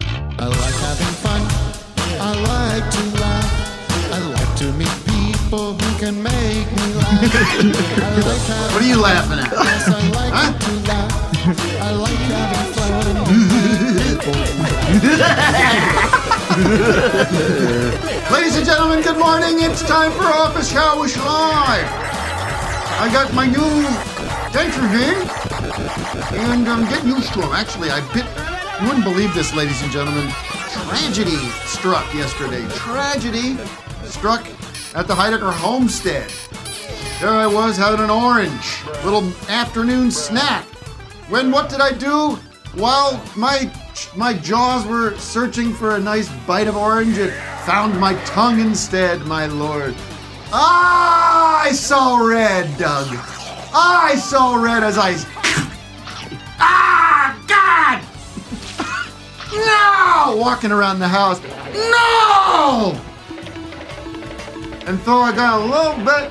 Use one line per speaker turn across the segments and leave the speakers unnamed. I like having fun. I like to laugh. I like to meet people who can make me laugh. I like having
What are you laughing at?
Yes, I like to laugh. I like having fun.
Ladies and gentlemen, good morning. It's time for Office Hours Live. I got my new denture in, and I'm getting used to them. Actually, I bit. You wouldn't believe this, ladies and gentlemen. Tragedy struck yesterday. Tragedy struck at the Heidecker Homestead. There I was having an orange, little afternoon snack. When what did I do? While my my jaws were searching for a nice bite of orange, it found my tongue instead, my lord. Ah, I saw red, Doug. I saw red as I. Ah, God! No! Walking around the house. No! And so I got a little bit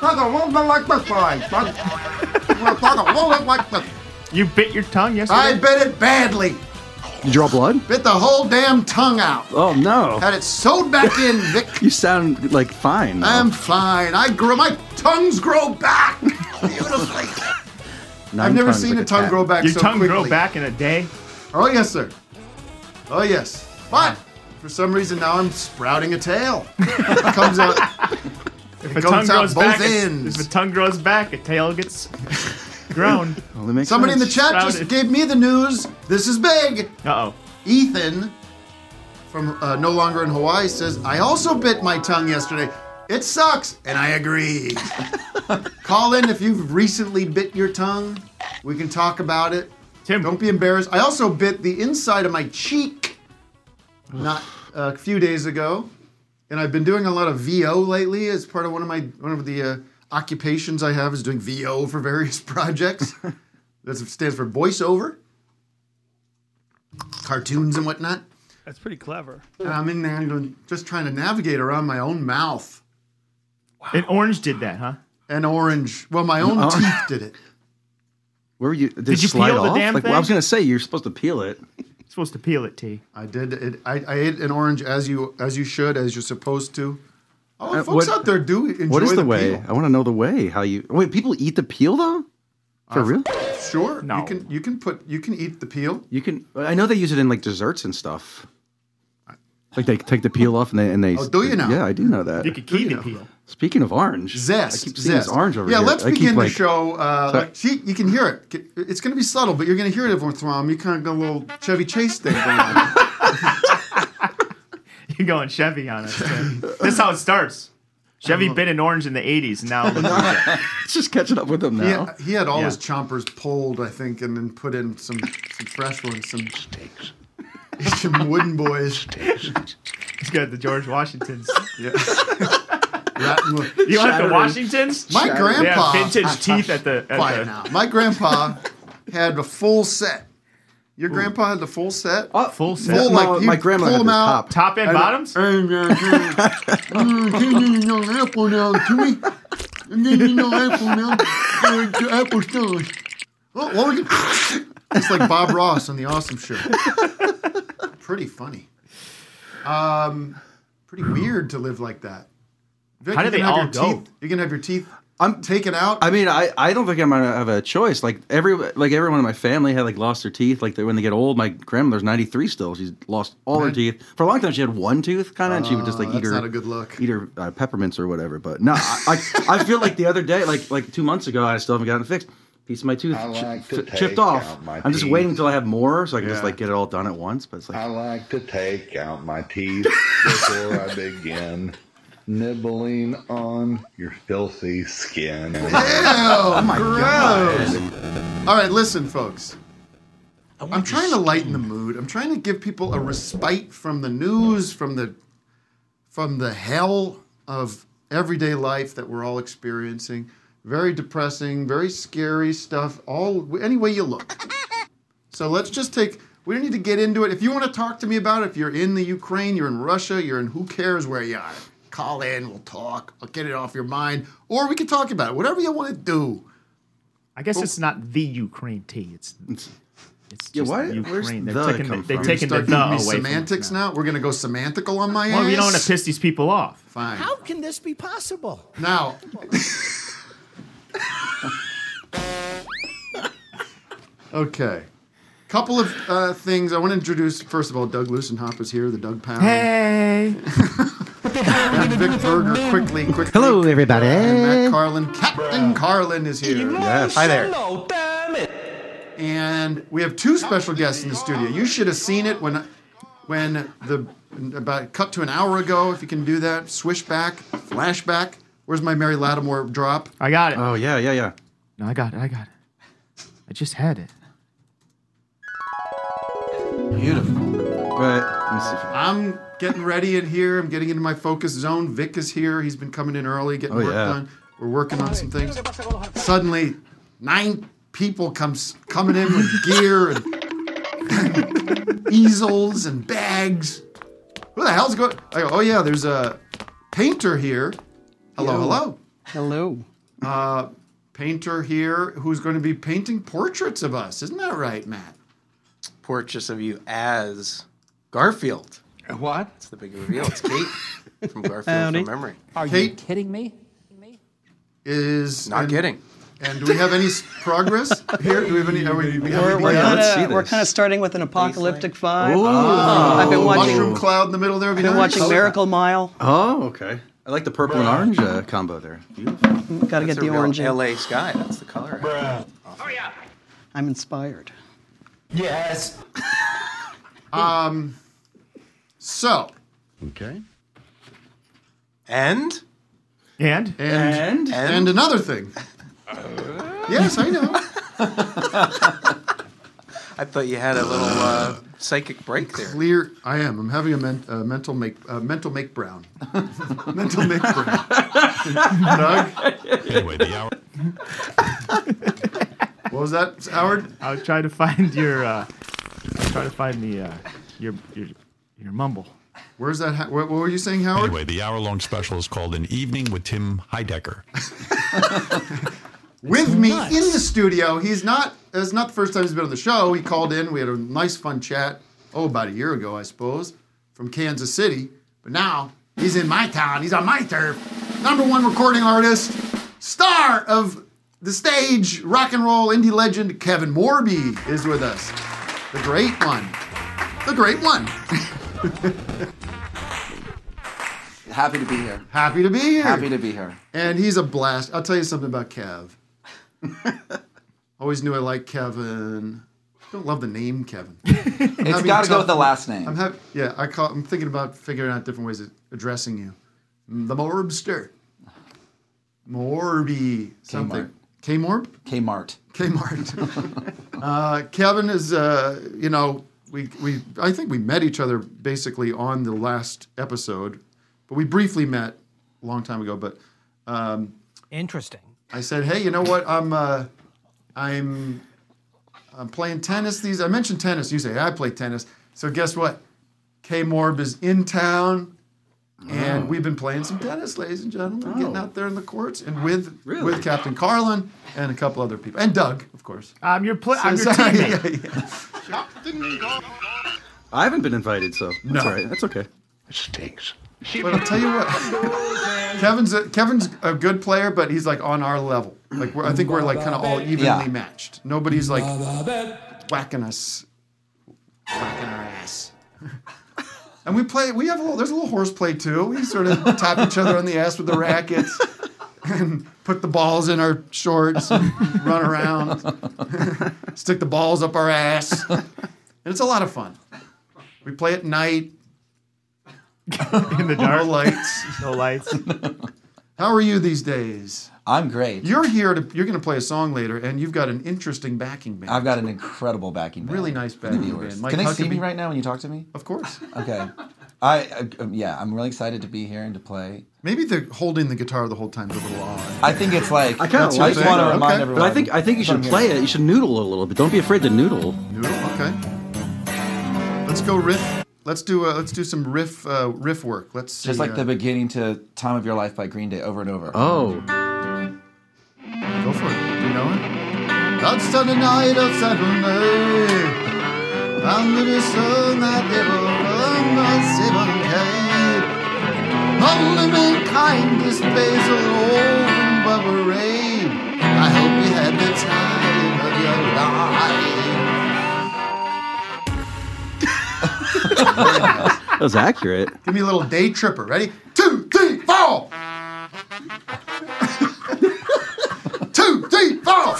Talk a little bit like this, all right, son. Talk a little bit like this.
You bit your tongue
I
yesterday.
bit it badly.
You draw blood?
Bit the whole damn tongue out.
Oh no!
Had it sewed back in, Vic.
You sound like fine. though.
I'm fine. I grow my tongues grow back beautifully.
Nine
I've never
tongues
seen
like
a tongue
cat.
grow back
your
so
tongue
quickly.
grow back in a day.
Oh yes, sir. Oh yes. But for some reason now I'm sprouting a tail. It comes out.
If
it
a
comes
tongue
out
grows
both
back,
ends.
if a tongue grows back, a tail gets grown.
Well, that makes
Somebody in the
sense.
chat just
Sprouted.
gave me the news. This is big.
Uh oh.
Ethan from uh, No Longer in Hawaii says, I also bit my tongue yesterday. It sucks, and I agree. Call in if you've recently bit your tongue. We can talk about it.
Tim.
Don't be embarrassed. I also bit the inside of my cheek not uh, a few days ago, and I've been doing a lot of VO lately as part of one of my one of the uh, occupations I have is doing VO for various projects. that stands for voiceover, cartoons and whatnot.
That's pretty clever.
And I'm in there and doing- just trying to navigate around my own mouth.
An orange did that, huh?
And orange. Well, my own teeth did it.
Where were you? Did,
you
it slide
peel the
off?
damn
like, Well, I was
thing?
gonna say you're supposed to peel it.
You're supposed to peel it, T.
I did. It, I, I ate an orange as you as you should, as you're supposed to. Oh,
Uh,
folks
what-
out there do enjoy
What is the, way?
peel.
I want to know the way. How you? Wait, people eat the peel though? For real?
Sure. You
No.
can you can put you can eat the peel.
You can. uh, I know they use it in like desserts and stuff. Like they take the peel off and they and they.
Oh, do you now?
uh, Yeah, I do know that.
You could keep it peel.
Speaking of orange,
Zest.
I keep seeing
zest.
this orange over
yeah,
here.
let's
I keep,
begin
like-
the show. Uh,
Sorry.
see, you can hear it. Get- It's going to be subtle, but you're going to hear it every once in a while. You kind of got a little Chevy Chase thing going on.
You're going Chevy on us. Tim. this is how it starts. Chevy bit an orange in the 80s, and now look at it.
It's just catching up with them now.
he, had, he had all
Yeah.
his chompers pulled, I think, and then put in some, some fresh ones, some some wooden boys.
he's got the George Washingtons.
Yeah. Ratting with-
You like the
Shattering.
Washingtons?
My
They
grandpa. Ah,
have vintage teeth at the. At
Quiet
the
now. My grandpa had a full set. Your grandpa had the full set.
Oh,
Full set.
full
no,
like you
my grandma
pull
had
them
the
out.
top.
Top and bottoms?
And, uh, mm, can you know the apple now, Timmy? And then you know apple now. Uh, the apple still. Oh, what we can- it's like Bob Ross on The Awesome Show. Pretty funny. Um, pretty weird to live like that. Vic,
How
you
do
can
they
have
all
your
go?
Teeth, you can have your teeth
I'm-
taken out.
I mean, I, I don't think I'm gonna have a choice. Like every like everyone in my family had like lost their teeth. Like they, when they get old, my grandmother's 93 still. She's lost all her teeth for a long time. She had one tooth, kind of, and she would just like
Oh,
eat
that's
her
not a good look.
eat her uh, peppermints or whatever. But no, I, I I feel like the other day, like like two months ago, I still haven't gotten it fixed. Piece of my tooth
I
chi-
like to
chi-
take
chipped off.
out my
I'm just
teeth.
waiting until I have more, so I can just
Yeah.
like get it all done at once. But it's like
I like to take out my teeth before I begin nibbling on your filthy skin.
Oh Ew, gross. All right, listen, folks. I'm trying to lighten the mood. I'm trying to give people a respite from the news, from the from the hell of everyday life that we're all experiencing. Very depressing, very scary stuff. All any way you look. So let's just take. We don't need to get into it. If you want to talk to me about it, if you're in the Ukraine, you're in Russia, you're in who cares where you are, call in. We'll talk. I'll get it off your mind, or we can talk about it. Whatever you want to do.
I
Oh.
guess it's not the Ukraine tea. It's it's just
Oh, Yeah, why- where's
Ukraine. They've
the
taken
come
the, they've
from?
taken the,
Start
the
giving me
away. from it
semantics
now.
now. We're gonna go semantical on my ass.
Well, we don't want to piss these people off.
Fine.
How can this be possible?
Now, okay. Couple of uh, things I want to introduce. First of all, Doug Lusenhoff is here, the Doug Pound.
Hey,
And Vic Berger, quickly, quickly.
Hello, everybody.
And Matt Carlin. Captain Carlin is here.
Yes.
Hi there. And we have two special guests in the studio. You should have seen it when, when the about cut to an hour ago. If you can do that, swish back, flashback. Where's my Mary Lattimore drop?
I got it.
Oh yeah, yeah, yeah.
no, I got it. I got it. I just had it.
But let me see. If I,
I'm getting ready in here. I'm getting into my focus zone. Vic is here. He's been coming in early, getting
Oh,
work
yeah.
done. We're working on some things. Suddenly, nine people comes coming in with gear and, easels and bags. What the hell's going? I go, oh yeah, there's a painter here. Hello, hello. Uh,
Hello.
Painter here who's going to be painting portraits of us. Isn't that right, Matt?
portraits of you as Garfield.
What?
It's the big reveal. It's Kate from Garfield
Howdy.
from memory.
Are you
Kate-
kidding me?
Is
Not
and,
kidding.
And do we have any s- progress here? Do we have any? Are we, we have
We're,
anything
we're
else?
let's see
kind of we're
this.
kind of starting with an apocalyptic vibe.
Ooh.
I've been
mushroom
watching
cloud in the middle there. would be
been
nice.
watching Miracle Mile.
oh, okay. I like the purple and orange uh, combo there.
Got to
It's
get
a
the
real
orange in.
LA sky. That's the color.
I'm inspired.
Um, So,
Okay.
And
And
and,
And
and another thing. yes, I know.
I thought you had a little uh, psychic break there.
Clear. I am. I'm having a men, uh, mental make uh, mental make brown. mental make brown. Doug. What was that, Howard?
I was trying to find your, uh, try to find the uh, your your your mumble.
Where's that? Ha- what, what were you saying, Howard?
Anyway, the hour long special is called An Evening with Tim Heidecker.
with me in the studio. He's not. It's not the first time he's been on the show. He called in. We had a nice, fun chat. Oh, about a year ago, I suppose, from Kansas City. But now he's in my town. He's on my turf. Number one recording artist, star of the stage, rock and roll indie legend Kevin Morby is with us. The great one. The great one.
Happy to be here.
Happy to be here.
Happy to be here.
And he's a blast. I'll tell you something about Kev. Always knew I liked Kevin. Don't love the name Kevin.
It's
mean,
got to
so-
go with the last name.
I'm happy. Yeah, I call, I'm thinking about figuring out different ways of addressing you. The Morbster. Morby something. K Morb.
Kmart.
Kmart. uh, Kevin is, uh, you know, we, we I think we met each other basically on the last episode, but we briefly met a long time ago. But um,
Interesting.
I said, "Hey, you know what? I'm uh, I'm I'm playing tennis. These I mentioned tennis. You say I play tennis. So guess what? K Morb is in town, and we've been playing some tennis, ladies and gentlemen. Getting out there in the courts and with
Really?
with Captain Carlin and a couple other people and Doug, of course.
I'm your pla- Um, I'm your
Sorry.
teammate.
I haven't been invited, so that's
No.
all right. That's okay.
But I'll tell you what, Kevin's a, Kevin's a good player, but he's like on our level. Like we're, I think we're like kind of all evenly
Yeah.
matched. Nobody's like whacking us, whacking our ass. And we play. We have a little. There's a little horseplay too. We sort of tap each other on the ass with the rackets, and put the balls in our shorts, and run around, stick the balls up our ass, and it's a lot of fun. We play at night.
in the
No
dark.
lights.
No lights.
How are you these days?
I'm great.
You're here to you're going to play a song later, and you've got an interesting backing band.
I've got an incredible backing band.
Really nice
for the
backing
viewers.
band. Mike
Can they see
Huckabee-
me right now when you talk to me?
Of course.
Okay. I, I yeah, I'm really excited to be here and to play.
Maybe the holding the guitar the whole time's a little odd.
I think it's like
I kind of
That's
like
what I just wanna
that.
remind
Okay.
everyone
But I think I think you
from
should
here.
play it. You should noodle a little bit. Don't be afraid to noodle.
Noodle. Okay. Let's go riff. Let's do uh, let's do some riff uh, riff work. Let's see,
Just like
uh,
the beginning to "Time of Your Life" by Green Day over and over.
Oh,
Go for it. Do you know it? That's the night of Saturday. And the sun that ever on the seven cave. On the mankind is basil old Barbary. I hope you had the time of your life.
that was accurate.
Give me a little day tripper. Ready? Two, three, four. Two, three, four.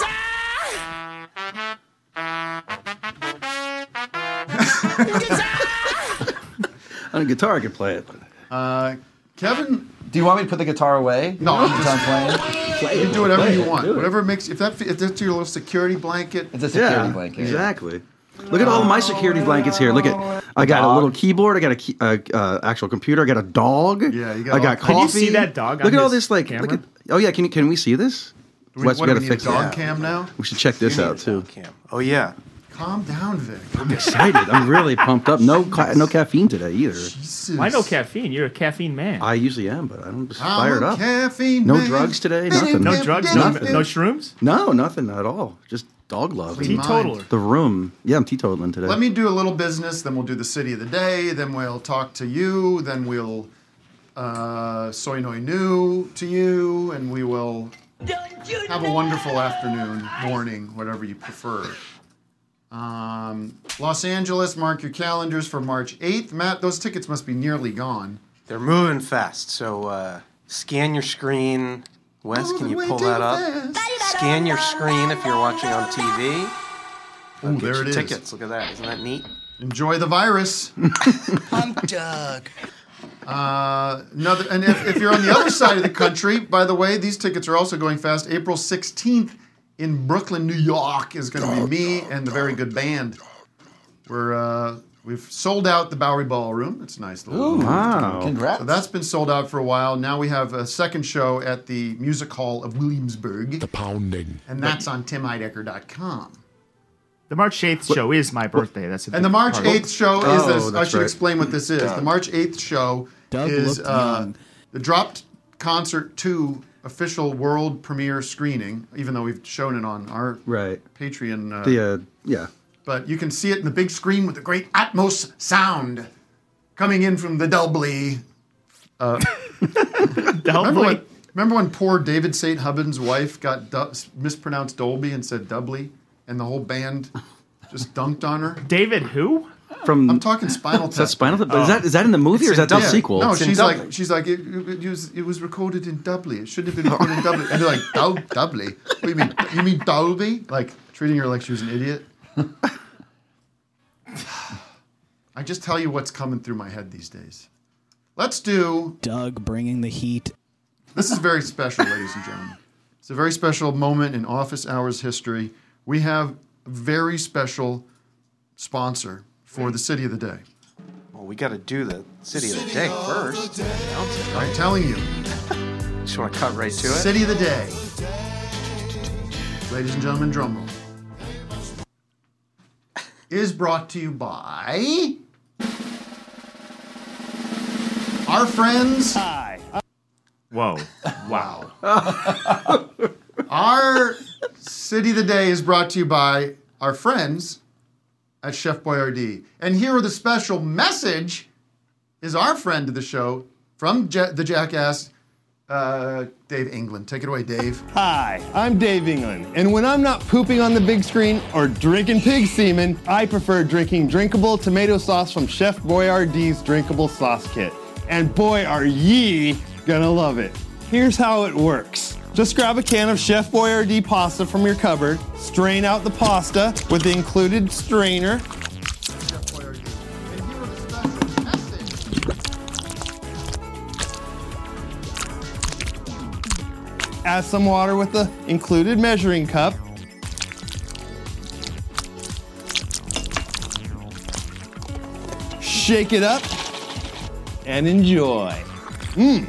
On a guitar, I could play it.
Uh, Kevin,
Do you want me to put the guitar away?
No,
I'm
I'm
just
just-
playing.
you do whatever
play
you
it,
want.
do it.
Whatever makes if that fe- if that's your little security blanket.
It's a security
Yeah,
blanket.
exactly. Look at all my security blankets here. Look at I got a little keyboard. I got a key, uh, uh, actual computer. I got a dog. Yeah,
you
I
got
got
all- Can
coffee.
you see that dog
Look
on
at all
his
this like. Look at,
camera?
oh yeah, can you- can we see this?
We,
Wes,
what,
we
do
gotta
we need
fix
a dog
it.
cam now.
We should check this out too.
Oh yeah.
Calm down, Vic.
I'm excited. I'm really pumped up. No ca- no caffeine today either.
Why no caffeine? You're a caffeine man.
I usually am, but I'm just
I'm
fired
a
up.
Caffeine.
No
man.
drugs today.
Biddy,
Nothing.
No
biddy,
drugs, no,
biddy,
Nothing.
no shrooms.
No, nothing at all. Just dog love.
Clean Teetotaler. mind.
The room. Yeah, I'm teetotaling today.
Let me do a little business, then we'll do the city of the day, then we'll talk to you, then we'll uh, soy noy new to you, and we will have a wonderful afternoon, morning, whatever you prefer. Um, Los Angeles, mark your calendars for March 8th. Matt, those tickets must be nearly gone.
They're moving fast, so uh, scan your screen. Wes, can you pull that up? Scan your screen if you're watching on TV.
Ooh,
Get
there
your
it is.
tickets. Look at that. Isn't that neat?
Enjoy the virus.
I'm Doug.
Uh, another, and if, if you're on the other side of the country, by the way, these tickets are also going fast. April 16th in Brooklyn, New York is going to be me and the very good band. We're uh, we've sold out the Bowery Ballroom. It's a nice little.
Wow.
Congrats.
So that's been sold out for a while. Now we have a second show at the Music Hall of Williamsburg. The Pounding. And that's on timheidecker.com.
The March 8th show is my birthday. That's a
And the
big
March
part.
8th show
Oh,
is this. I
that's
should
right.
explain what this is. The March 8th show
Doug
is
looked
uh, the Dropped Concert 2 official world premiere screening, even though we've shown it on our
Right.
Patreon. Uh,
The uh, yeah.
But you can see it in the big screen with the great Atmos sound coming in from the Delbley. Uh, remember, when, remember when poor David St. Hubbins' wife got du- mispronounced Dolby and said Dubley, and the whole band just dunked on her?
David who?
From
I'm talking Spinal
is that
Tap.
Spinal Tap? Is that is that in the movie or is that the
Yeah.
sequel?
No, she's like, she's like, it, it, it was, it was recorded in Dublin. It should have been recorded in Dublin. And they're like, Dol- Dublin? What do you mean? You mean Dolby? Like treating her like she was an idiot. I just tell you what's coming through my head these days. Let's do.
Doug bringing the heat.
This is very special, ladies and gentlemen. It's a very special moment in office hours history. We have a very special sponsor for the city of the day.
Well, we got to do the city of the day first.
I'm telling you.
Just want to cut right to it.
City of the day. Ladies and gentlemen, drum roll. Is brought to you by our friends,
Whoa! Wow!
our city of the day is brought to you by our friends at Chef Boyardee. And here are the special message is our friend of the show from Ja- the Jackass, uh, Dave England. Take it away, Dave.
Hi, I'm Dave England, and when I'm not pooping on the big screen or drinking pig semen, I prefer drinking drinkable tomato sauce from Chef Boyardee's Drinkable Sauce Kit. And boy, are ye gonna love it. Here's how it works. Just grab a can of Chef Boyardee pasta from your cupboard, strain out the pasta with the included strainer, add some water with the included measuring cup. Shake it up and enjoy. Mmm.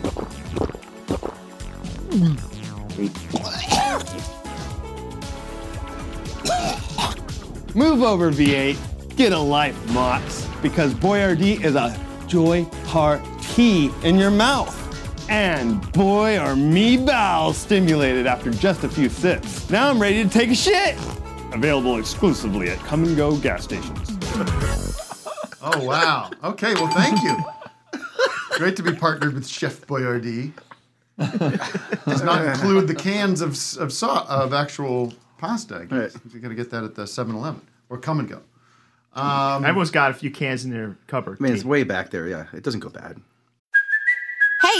Move over, V8. Get a life, Mott's, because Boyardee is a joy party in your mouth. And boy, are me bowels stimulated after just a few sips. Now I'm ready to take a shit. Available exclusively at Come and Go gas stations.
Oh wow. Okay. Well, thank you. Great to be partnered with Chef Boyardee. Does not include the cans of s- of, sau- of actual pasta. I guess you're gonna get that at the 7-Eleven or Come and Go. Um,
Everyone's got a few cans in their cupboard.
I mean, it's way back there. Yeah, it doesn't go bad.
Hey,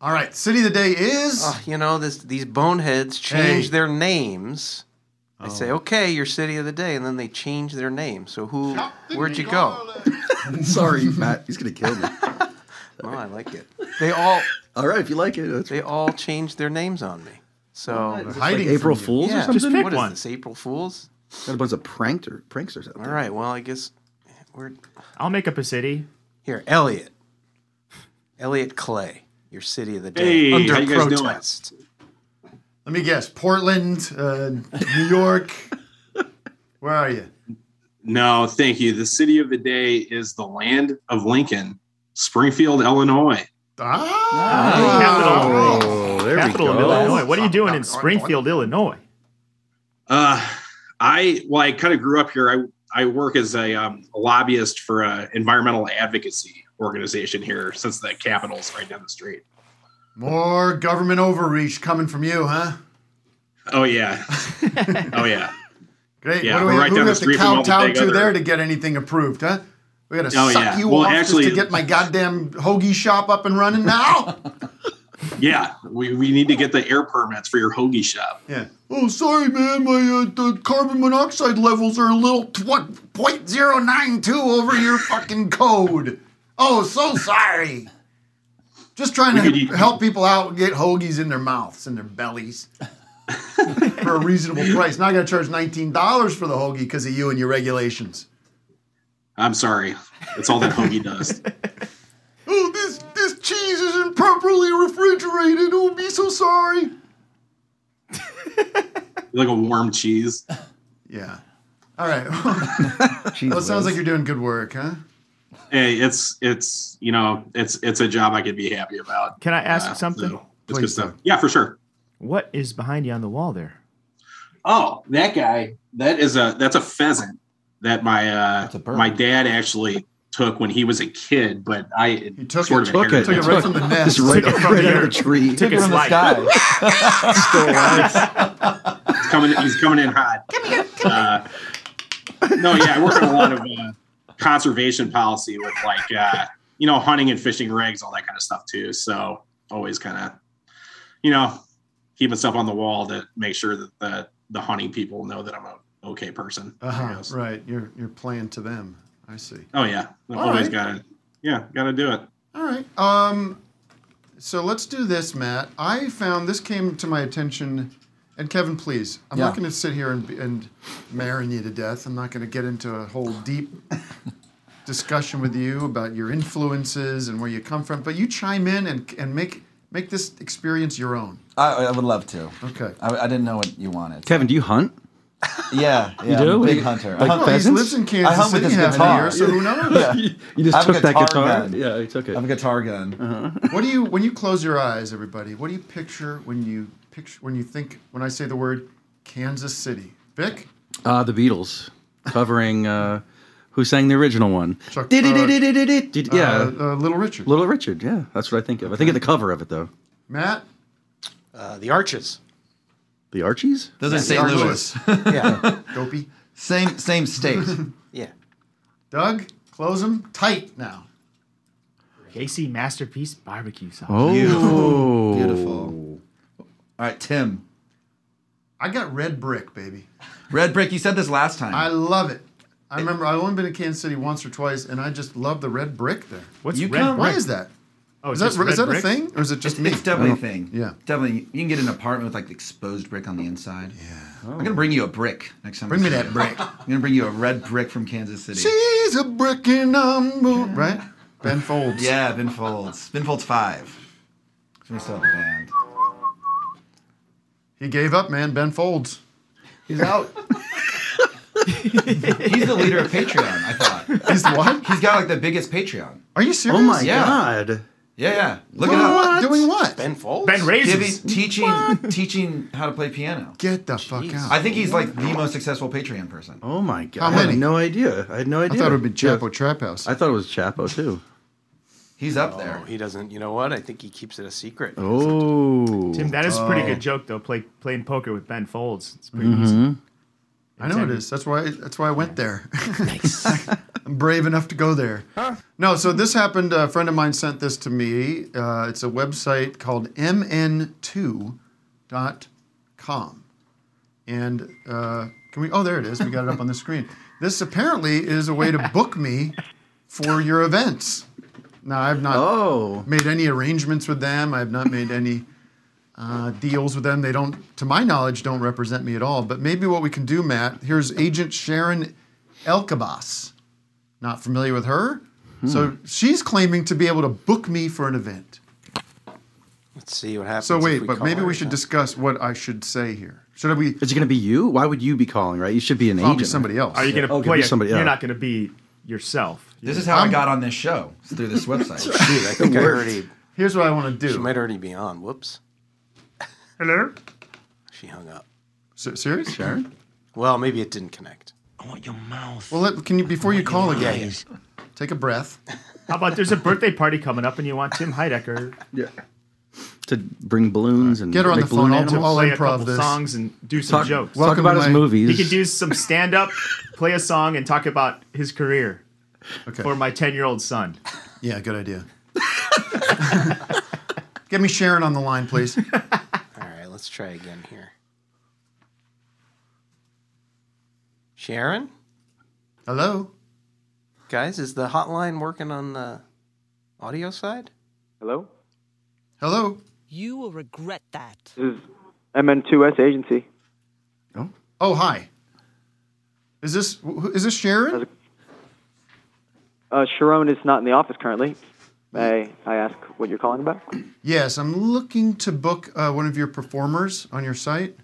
All right, city of the day is.
Oh, you know, this, these boneheads change their names. They say, "Okay, your city of the day," and then they change their name. So who? Where'd you go?
Sorry, Matt. He's gonna kill me.
No, Oh, I like it. They all.
All right, if you like it.
they all changed their names on me. So
What? Is this like Hiding April from you. Fools or
Yeah.
something? Just pick
What is
one.
this? April Fools.
Got a bunch of prankster pranksters out there.
All right. Well, I guess we're.
I'll make up a city.
Here, Elliot. Elliot Clay, your city of the day
Hey,
under
how you guys doing?
protest.
Let me guess. Portland, uh, New York. Where are you?
No, thank you. The city of the day is the land of Lincoln, Springfield, Illinois.
Capital,
Oh, there we
capital of
go.
Oh, Illinois. What are you doing in Springfield, Illinois?
Uh, I well, I kind of grew up here. I I work as a, um, a lobbyist for an environmental advocacy organization here, since the capital's right down the street.
More government overreach coming from you, huh?
Oh yeah, oh yeah.
Great.
Yeah,
what do
we're
we,
right
who do
down
we
the
have to
street from all the
kowtow
big
to
other-
there to get anything approved, huh? We got to
Oh,
suck
yeah.
you
Well,
off
actually-
just to get my goddamn hoagie shop up and running now?
Yeah, we, we need to get the air permits for your hoagie shop.
yeah. Oh, sorry, man. My uh, the carbon monoxide levels are a little t- what, 0.092 over your fucking code. Oh, so sorry. Just trying to
We could eat-
help people out and get hoagies in their mouths and their bellies for a reasonable price. Now I got to charge $19 for the hoagie because of you and your regulations.
I'm sorry, that's all that hoagie does.
Oh, this this cheese isn't properly refrigerated. Oh, be so sorry.
Like a warm cheese.
Yeah. All right. well, it sounds like you're doing good work, huh?
Hey, it's it's you know it's it's a job I could be happy about.
Can I ask
Uh,
something?
so it's good stuff. Yeah, for sure.
What is behind you on the wall there?
Oh, that guy. That is a that's a pheasant that my uh my dad actually took when he was a kid, but I he
took
sort
it.
of
Took it.
inherited
Took it right from the nest. Just right- Took it from right the out of the earth. tree. Took it from the
sky. Still alive. he's coming. He's coming in hot. Come here. uh, No, yeah, I work on a lot of uh, conservation policy with like uh, you know hunting and fishing rigs, all that kind of stuff too. So always kind of you know keeping stuff on the wall to make sure that the the hunting people know that I'm a okay person.
Uh huh. Right. You're you're playing to them. I see.
Oh yeah,
All
always
right.
got to yeah got to do it.
All right. Um, so let's do this, Matt. I found this came to my attention, and Kevin, please, I'm not
Yeah.
going to sit here and and marin you to death. I'm not going to get into a whole deep discussion with you about your influences and where you come from. But you chime in and and make make this experience your own.
I, I would love to.
Okay.
I, I didn't know what you wanted.
Kevin, do you hunt?
Yeah,
You
yeah, I'm
do?
a big
Like-
hunter.
like
I hunt-
pheasants? He lives in Kansas
I hunt with his
City half the
guitar.
year, so who knows?
Yeah.
You just
I have a
took that guitar?
gun.
Yeah, you took it.
I have a guitar gun.
what do you when you close your eyes, everybody? What do you picture when you picture when you think when I say the word Kansas City? Vic,
Uh, the Beatles covering uh, who sang the original one?
Chuck,
Did- did-
uh,
did- did- did- did- Yeah,
uh, uh, Little Richard.
Little Richard. Yeah, that's what I think of. I think of the cover of it though.
Matt,
Uh, the Arches.
The Archies.
Those are St. Louis.
yeah.
Dopey.
Same same state.
yeah.
Doug, close them tight now.
KC Masterpiece Barbecue Sauce.
Oh.
Beautiful. Beautiful. All right, Tim.
I got red brick, baby.
Red brick. You said this last time.
I love it. I remember I've only been to Kansas City once or twice, and I just love the red brick there.
What's You red come-
Why
brick?
is that?
Oh,
is
it's
that,
just red
is that a
brick?
thing, or is it just
it's,
me? Oh,
It's definitely a thing.
Yeah.
definitely. You can get an apartment with like exposed brick on the inside. Yeah, I'm gonna bring you a brick next time. I
Bring me
see
that
you.
brick.
I'm gonna bring you a red brick from Kansas City.
She's a brick and I'm a- right. Ben Folds.
Yeah, Ben Folds. Ben Folds five. So we still have the band.
He gave up, man. Ben Folds.
He's out. He's the leader of Patreon. I thought.
He's what?
He's got like the biggest Patreon.
Are you serious?
yeah.
god.
Yeah, yeah. Look
Doing
it up.
what? Doing what?
Ben Folds.
Giving- teaching, teaching how to play piano.
Get the fuck out.
I think he's like the most successful Patreon person.
Oh my god!
How
I
many?
had no idea. I had no idea.
thought it would be
Yeah.
Chapo
Trap House.
I thought it was Chapo too.
He's up
there. Oh, He doesn't. You know what? I think he keeps it a secret.
Oh,
Tim, that is a pretty
Oh.
good joke though. Play playing poker with Ben Folds. It's pretty easy.
Mhm.
I know it is. That's why. That's why I went there. nice. I'm brave enough to go there. No, so this happened. A friend of mine sent this to me. Uh, it's a website called mn2.com, and uh, can we? Oh, there it is. We got it up on the screen. This apparently is a way to book me for your events. Now I've not made any arrangements with them. I've not made any uh, deals with them. They don't, to my knowledge, don't represent me at all. But maybe what we can do, Matt, here's Agent Sharon Elkabas. Not familiar with her? So she's claiming to be able to book me for an event.
Let's see what happens.
So
if
wait,
we
but
call
maybe
her.
we should discuss what I should say here. Should we?
Is it going to be you? Why would you be calling? Right? You should be an
Probably
agent.
somebody else.
Are you gonna
Oh, it could
play?
be
a-
somebody
you're
else.
not gonna be yourself.
This is how i got on this show it's through this website.
Shoot, I think I already.
Here's what I want to
She
do.
might already be on. Whoops.
Hello.
She hung up.
S- serious, Sharon?
Well, maybe it didn't connect.
Well, let, can you before you call again? Take a breath.
How about there's a birthday party coming up and you want Tim Heidecker
yeah. to bring balloons and
Get her on
make
the phone.
balloon
I'll-
animals?
I'll Play a improv couple this. songs and do some
Talk-
jokes.
Talk about his movies.
He could do some stand up, play a song, and talk about his career for my 10 year old son.
Yeah, good idea. Get me Sharon on the line, please.
All right, let's try again here. Sharon,
Hello.
guys, is the hotline working on the audio side?
Hello?
Hello.
You will regret that.
This is MN2S Agency.
Oh, hi. Is this wh- is this Sharon?
Uh, Sharon is not in the office currently. May I ask what you're calling about?
Yes, I'm looking to book uh, one of your performers on your site.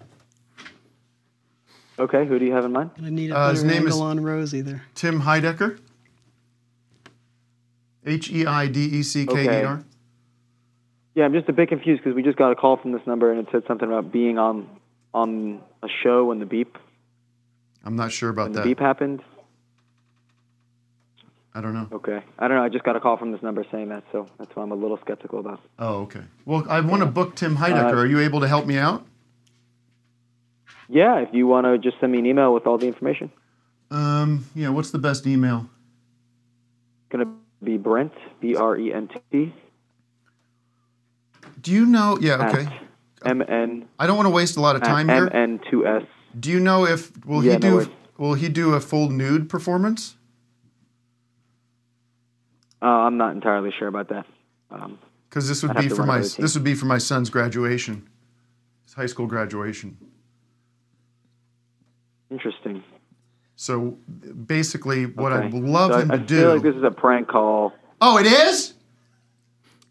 Okay, who do you have in mind?
I need a
Uh,
better
his name
angle
is-
on Rosie there.
Tim Heidecker. H e i d e c k e r.
Okay. Yeah, I'm just a bit confused because we just got a call from this number and it said something about being on on a show when the beep
I'm not sure about
when
that.
the beep happened.
I don't know.
Okay, I don't know. I just got a call from this number saying that, so that's why I'm a little skeptical about.
Oh, okay. Well, I want to book Tim Heidecker.
Uh,
Are you able to help me out?
Yeah, if you want to just send me an email with all the information,
Um, yeah. What's the best email?
it's gonna be Brent B R E N T.
Do you know? Yeah. Okay.
M N.
I don't want to waste a lot of time here.
M N two S.
Do you know if will
Yeah,
he
no
do
worries.
will he do a full nude performance?
Uh, I'm not entirely sure about that. Um,
Because this would
I'd have
be
to
for
run
my
by the team.
this would be for my son's graduation, his high school graduation.
Interesting.
So basically, what
Okay.
I'd love
So I-
him
I
to
feel
do.
like this is a prank call.
oh, it is.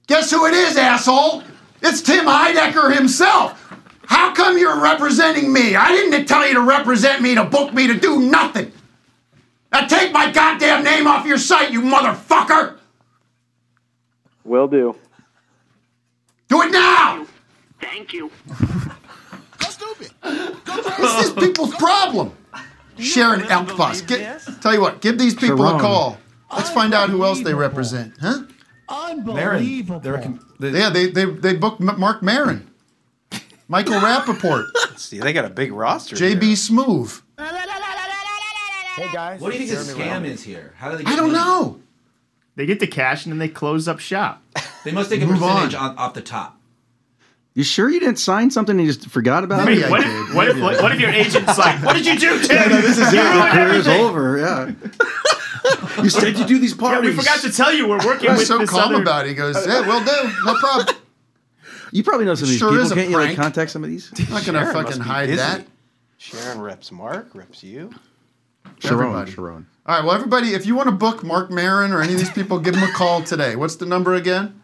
Guess who it is, asshole? It's Tim Heidecker himself. How come you're representing me? I didn't tell you to represent me, to book me, to do nothing. Now take my goddamn name off your site, you motherfucker!
Will do.
Do it now!
Thank you.
This is people's problem. Sharon Elkfuss. Get- Tell you what, give these people
Sharon.
a call. Let's find out who else they represent, huh?
Marin, they're con-
yeah, they they they booked M- Mark Marin, Michael Rappaport,
See, they got a big roster.
JB Smoove.
Hey guys.
What do you think his
Jeremy
scam
Renner.
is here? How do they?
I don't know.
They get the cash and then they close up shop.
They must take a
Move on.
percentage on. off the top.
You sure you didn't sign something and you just forgot about
Wait,
it?
what, if, what, if, what, if your agent's like, what did you do, Tim?
Yeah, no, this is
you
it. Your
ruined
career's
everything."
over. Yeah. you said you do these
Yeah,
parties.
we forgot to tell you we're working
He's
with
so
this
calm
other-
about it. He goes, "Yeah, we'll do. No problem."
You probably know some of these
Sure
people.
is a
Can't you like
prank.
contact some of these?
not gonna
Sharon
fucking
must be
hide
busy.
that.
Sharon reps Mark, reps you.
Sharon.
Everybody.
Sharon.
All right, well, everybody, if you want to book Mark Marin or any of these people, give them a call today. What's the number again?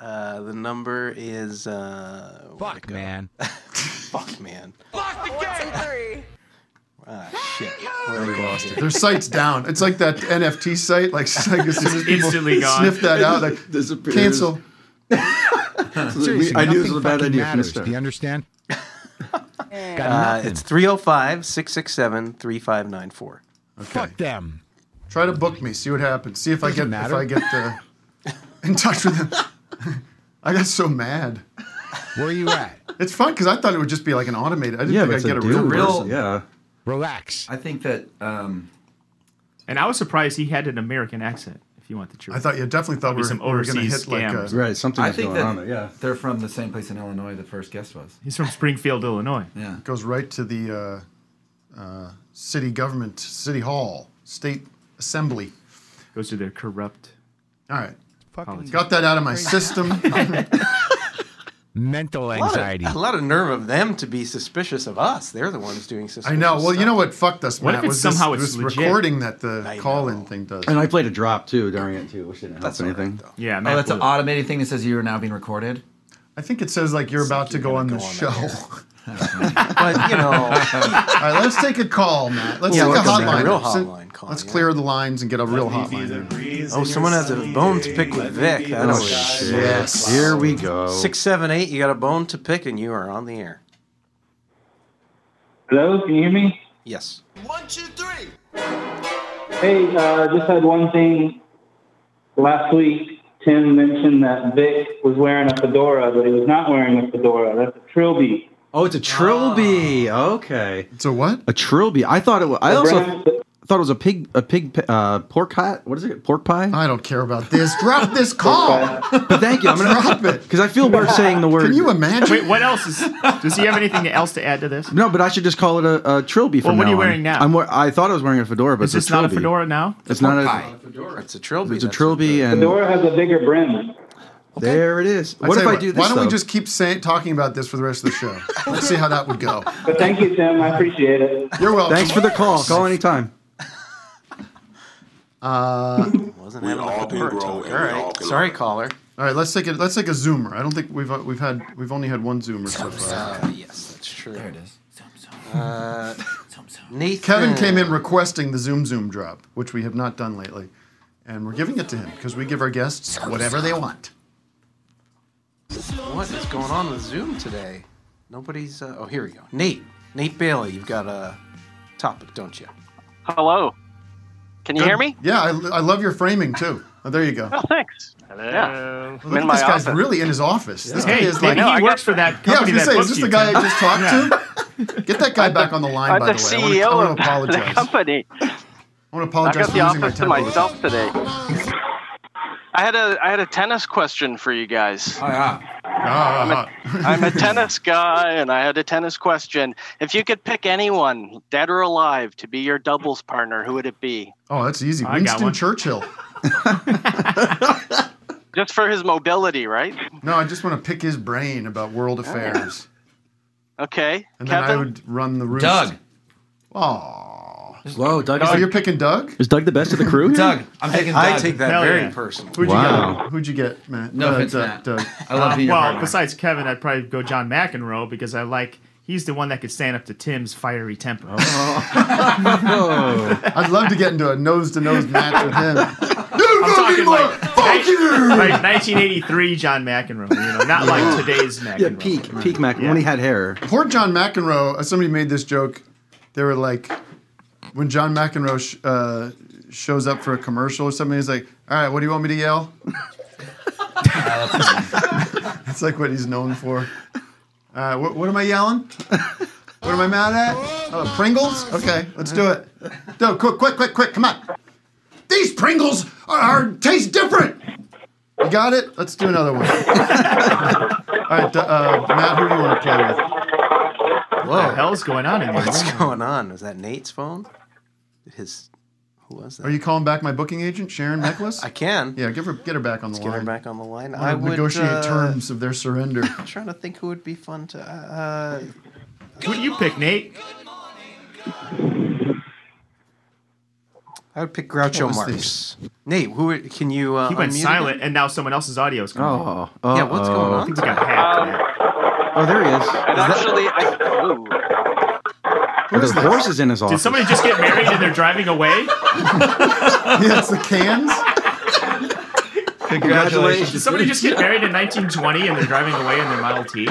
Uh, the number is. Uh, Fuck, man. Fuck, man.
Fuck the game.
Ah, shit. Where are we lost
Their site's down. It's like that NFT site. Like, it's like as soon as people
Instantly gone.
sniff that out, like
Disappears.
cancel.
Seriously, I knew this was a bad
nothing
idea
fucking
from the
matters.
start.
Do you understand?
Uh, it's 305 667 3594.
Fuck
them.
Try to book me. See what happens. See if I get
Doesn't
if
matter.
I get uh, in touch with them. I got so mad.
Where are you at?
It's fun because I thought it would just be like an automated. I didn't think I'd get a real, person.
Yeah.
Relax.
I think that. um
And I was surprised he had an American accent. If you want the truth,
I thought you definitely thought we
Maybe some
were, we were going to
overseas
hit like uh, a,
scams. Right, something
I
was
think
going
that
on there, yeah.
they're from the same place in Illinois. The first guest was.
He's from Springfield, Illinois.
Yeah.
goes right to the uh, uh, city government, city hall, state assembly.
Goes to their corrupt.
All right.
Fucking
Got that out of my
crazy.
system.
Mental
A lot,
anxiety.
of, a lot of nerve of them to be suspicious of us. They're the ones doing suspicious.
I know. Well, you know what fucked us,
What
Matt?
if it's
was this-
somehow
it
it's
was
legit?
recording that the call-in thing does.
And I played a drop too during it too, which didn't help
That's all right,
anything.
yeah.
oh, that's an automated thing that says you are now being recorded.
I think it says like you're about to go on the show.
but you know, all
right, let's take a call, Matt. Let's
Yeah,
take a
let's take a
hotline.
real
Let's-
hotline call,
let's clear the lines and get a real hotline.
Oh, someone has a bone to pick with Vic. That
Oh,
always
shit.
sucks.
Yes. Here we
go.
Six, seven, eight. You got a bone to pick, and you are on the air.
Hello, can you hear me?
Yes.
Hey, uh, just had one thing. Last week, Tim mentioned that Vic was wearing a fedora, but he was not wearing a fedora. That's a trilby.
Oh, it's a trilby.
Ah.
Okay.
It's a what?
A trilby. I thought it was. I
A
also
brown-
thought it was a pig. A pig. pi- Uh, pork hat. What is it? Pork pie.
I don't care about this. Drop this call.
But thank you. I'm gonna
Drop it.
because I feel weird saying the word.
Can you imagine?
Wait, what else is? Does he have anything else to add to this?
No, but I should just call it a, a trilby from
Well, what are
now
you
on.
wearing now?
I'm, we- I thought I was wearing a fedora, but
Is
it's
this not a
trilby.
fedora now?
It's not a.
It's a trilby.
It's a trilby, and
Fedora has a bigger brim.
there it is. What
tell
if
you
I do this?
Why don't
though?
we just keep saying, talking about this for the rest of the show? Let's see how that would go.
But thank you, Tim. I appreciate it.
You're welcome.
Thanks for the call. Call anytime.
Uh,
Wasn't having a fedora talk. All right. Sorry, caller.
all right, let's take a let's take a zoomer. I don't think we've uh, we've had we've only had one zoomer so far.
Uh, yes, that's true. There it is. Uh, Nathan.
Kevin came in requesting the Zoom Zoom drop, which we have not done lately, and we're giving it to him because we give our guests whatever they want.
What is going on with Zoom today? Nobody's. Uh, oh, here we go. Nate. Nate Bailey, you've got a topic, don't you?
Hello. Can you
Good.
hear me?
Yeah, I, I love your framing too. Oh, there you go.
Oh, thanks. Hello.
Look at this guy's really in his office. This guy is like
I got-
Yeah, I was gonna say, is this the guy I just talked to? Get that guy back on the line,
I'm
by
the
the, way.
CEO
I want
of
to
the
apologize. I
company.
want to
I
apologize
got
for
the
losing my
office to
temper.
myself today. I had a I had a tennis question for you guys. Oh, yeah. I'm, a,
Ah.
I'm a tennis guy, and I had a tennis question. If you could pick anyone, dead or alive, to be your doubles partner, who would it be?
Oh, that's easy.
I got
Winston
one.
Churchill.
Just for his mobility, right?
No, I just want to pick his brain about world affairs,
Okay.
and then I
Kevin.
would run the roost.
Doug.
Oh,
Whoa, Doug.
Oh, you're picking Doug?
Is Doug the best of the crew? here?
Doug. I'm taking
I
Doug.
take that
Hell
very
yeah.
personally.
Who'd you
Wow.
get? Who'd you get, Matt?
Uh,
No offense,
Doug,
Matt.
Doug.
I love being a hard
Uh, Well,
man.
besides Kevin, I'd probably go John McEnroe because I like he's the one that could stand up to Tim's fiery temper.
Oh.
I'd love to get into a nose to nose match with him.
I'm talking like,
fuck you!
like 1983 John McEnroe, you know, not like today's McEnroe.
Yeah, peak, peak Mac when he had hair.
Poor John McEnroe. uh, Somebody made this joke. They were like, when John McEnroe sh- uh, shows up for a commercial or something, he's like, "All right, what do you want me to yell?" That's like what he's known for. Uh, what, what am I yelling? What am I mad at? Oh, Pringles? Okay, let's do it. No, quick, quick, quick, quick! Come on. These Pringles are, are taste different. You got it? Let's do another one. All right, uh, Matt, who do you want to play with?
What the
hell's going on in there?
What's going on? Was that Nate's phone? His. Who was that?
Are you calling back my booking agent, Sharon Necklace? I
can.
Yeah, give her get her back on
Let's
the
get
line.
her back on the line.
I
I
would
would
negotiate
uh,
terms of their surrender.
I'm trying to think who would be fun to. Uh,
Who do you pick, Nate?
I would pick
What
Groucho
was
Marx. Nate, who would- can you? Uh,
he went
unmute him?
silent, and now someone else's audio is coming.
Oh,
Yeah, what's going
uh-oh.
on?
I think he got hacked.
Oh, there he is.
And um, actually, I, ooh.
Are there horses in his
Did
office?
somebody just get married and they're driving away?
yeah, it's the cans.
Did somebody just get married in 1920 and they're driving away in their Model T?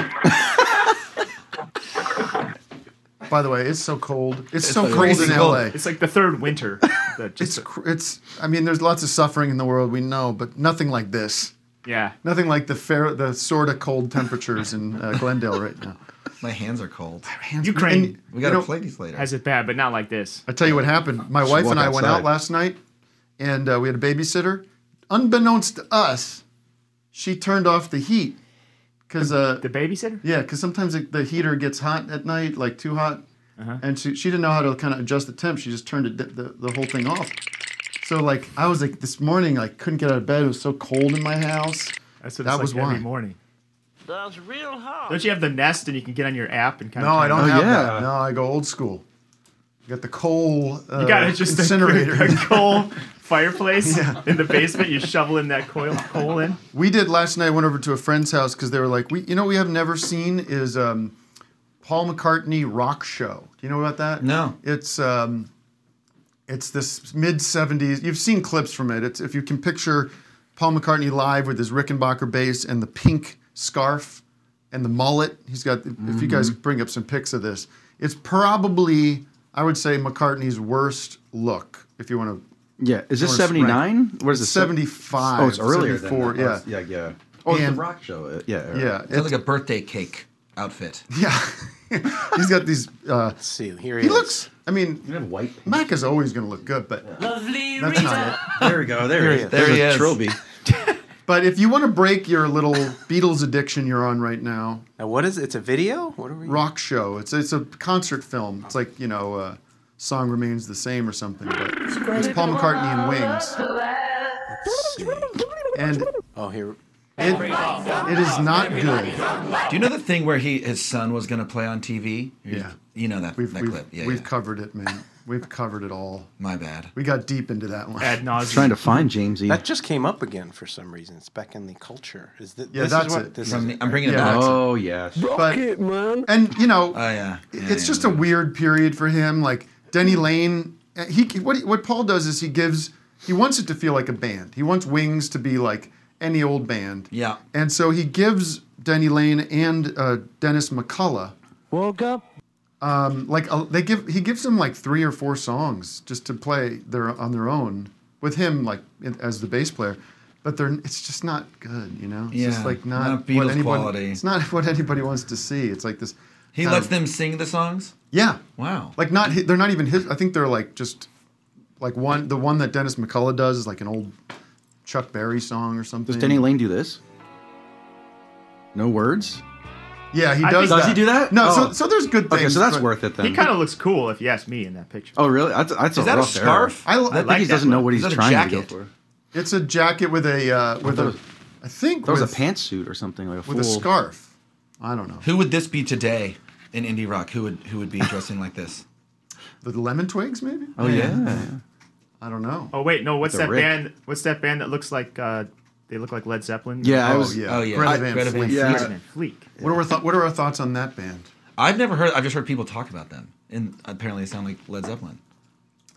By the way, it's so cold. It's,
It's
so
like
cold
crazy
in
cold.
LA.
It's like the third winter. That
It's cr- it's. I mean, there's lots of suffering in the world. We know, but nothing like this.
Yeah.
Nothing like the fair, the sort of cold temperatures in uh, Glendale right now.
My hands are cold.
Ukraine.
And, you know,
Has it bad, but not like this.
I tell you what happened. My
Should
wife and
walk
I went out
outside.
last night, and uh, we had a babysitter. Unbeknownst to us, she turned off the heat because uh, the
babysitter.
Yeah, because sometimes the, the heater gets hot at night, like too hot,
Uh-huh.
and she she didn't know how to kind of adjust the temp. She just turned it, the the whole thing off. So like I was like this morning, I couldn't get out of bed. It was so cold in my house.
That's what
that
it's
was
like
why.
every morning. Don't you have the Nest and you can get on your app and kind
No,
of?
I don't have that. No, I go old school. I got the coal. Uh,
you got it just a-
incinerator.
a, coal fireplace in the basement. You shovel in that coil coal in.
We did last night. Went over to a friend's house because they were like, "We, you know, we have never seen is um, Paul McCartney rock show. Do you know about that?
No.
It's um, it's this mid '70s. You've seen clips from it. It's if you can picture Paul McCartney live with his Rickenbacker bass and the pink scarf and the mullet. He's got. If you guys
Mhm.
bring up some pics of this, it's probably I would say McCartney's worst look. If you want to
Yeah, is this
Horse
seventy nine?
rank.
What is this?
It's 75,
Oh, it's earlier. than
74,
that.
yeah.
Oh, it's- yeah, yeah. Oh, it's the
And-
rock show. uh, Yeah,
Yeah,
right.
It's like a birthday cake outfit.
Yeah. He's got these. Uh, Let's
see. Here
he, looks. I mean, Mac is always going to look good, but
Lovely
that's not it.
There we go. There he is. There's a trilby.
But if you want to break your little Beatles addiction you're on right now,
now what is it? It's a video. What are we?
Rock show. It's it's a concert film. It's like you know, uh, song remains the same or something. But it's Paul McCartney and Wings, and
oh here.
It, it is not good.
Do you know the thing where he his son was going to play on TV?
Yeah.
You know that, that
we've,
clip. Yeah,
we've
yeah.
covered it, man. We've covered it all.
My bad.
We got deep into that one.
Ad
I'm trying to find
E.
Jamesy.
That just came up again for some reason. It's back in the culture. Is that?
Yeah,
this
that's
is what,
it.
This
From
is
the-
it,
I'm bringing
right?
it Yeah. back. Oh,
Oh yes.
But- And you know, it's just a weird period for him. Like Denny Lane, uh, he what he- what Paul does is he gives he wants it to feel like a band. He wants Wings to be like any old band.
Yeah.
And so he gives Denny Lane and uh, Dennis McCullough. Woke up. Um, like uh, they give, he gives them like three or four songs just to play their on their own with him, like in- as the bass player. But they're, it's just not good, you know. It's just
Yeah,
like not,
not
what
Beatles
anybody,
quality.
It's not what anybody wants to see. It's like this.
He
kind
lets
of-
them sing the songs?
Yeah.
Wow.
Like not, hi- they're not even his. I think they're like just, like one, the one that Dennis McCullough does is like an old Chuck Berry song or something.
Does Denny Lane do this? No words.
Yeah, he
I
does.
think- Does he do that?
No.
Oh.
So, so there's good things.
Okay, so that's
but-
worth it then.
He kind of looks cool if you ask me in that picture.
Oh really? That's, that's
Is
a
that a
rough
scarf?
Error.
I
I,
li- I
think
like
he
that
doesn't know
look.
what
Is
he's
that a
trying to go
jacket?
for.
It's a jacket with a uh, with a, I think
That was a
with-
pantsuit or something like a
with a
full-
scarf. I don't know.
Who would this be today in indie rock? Who would who would be dressing like this?
The lemon twigs, maybe?
Oh, yeah.
I don't know.
Oh wait, no. What's
With the
that
Rick.
band? What's that band that looks like? uh They look like Led Zeppelin.
Yeah, I Oh, was- yeah. oh, yeah. Greta
I-
Van Fleet.
Yeah.
Yeah. What are, our thought what are our thoughts on that band?
I've never heard. I've just heard people talk about them, and apparently they sound like Led Zeppelin.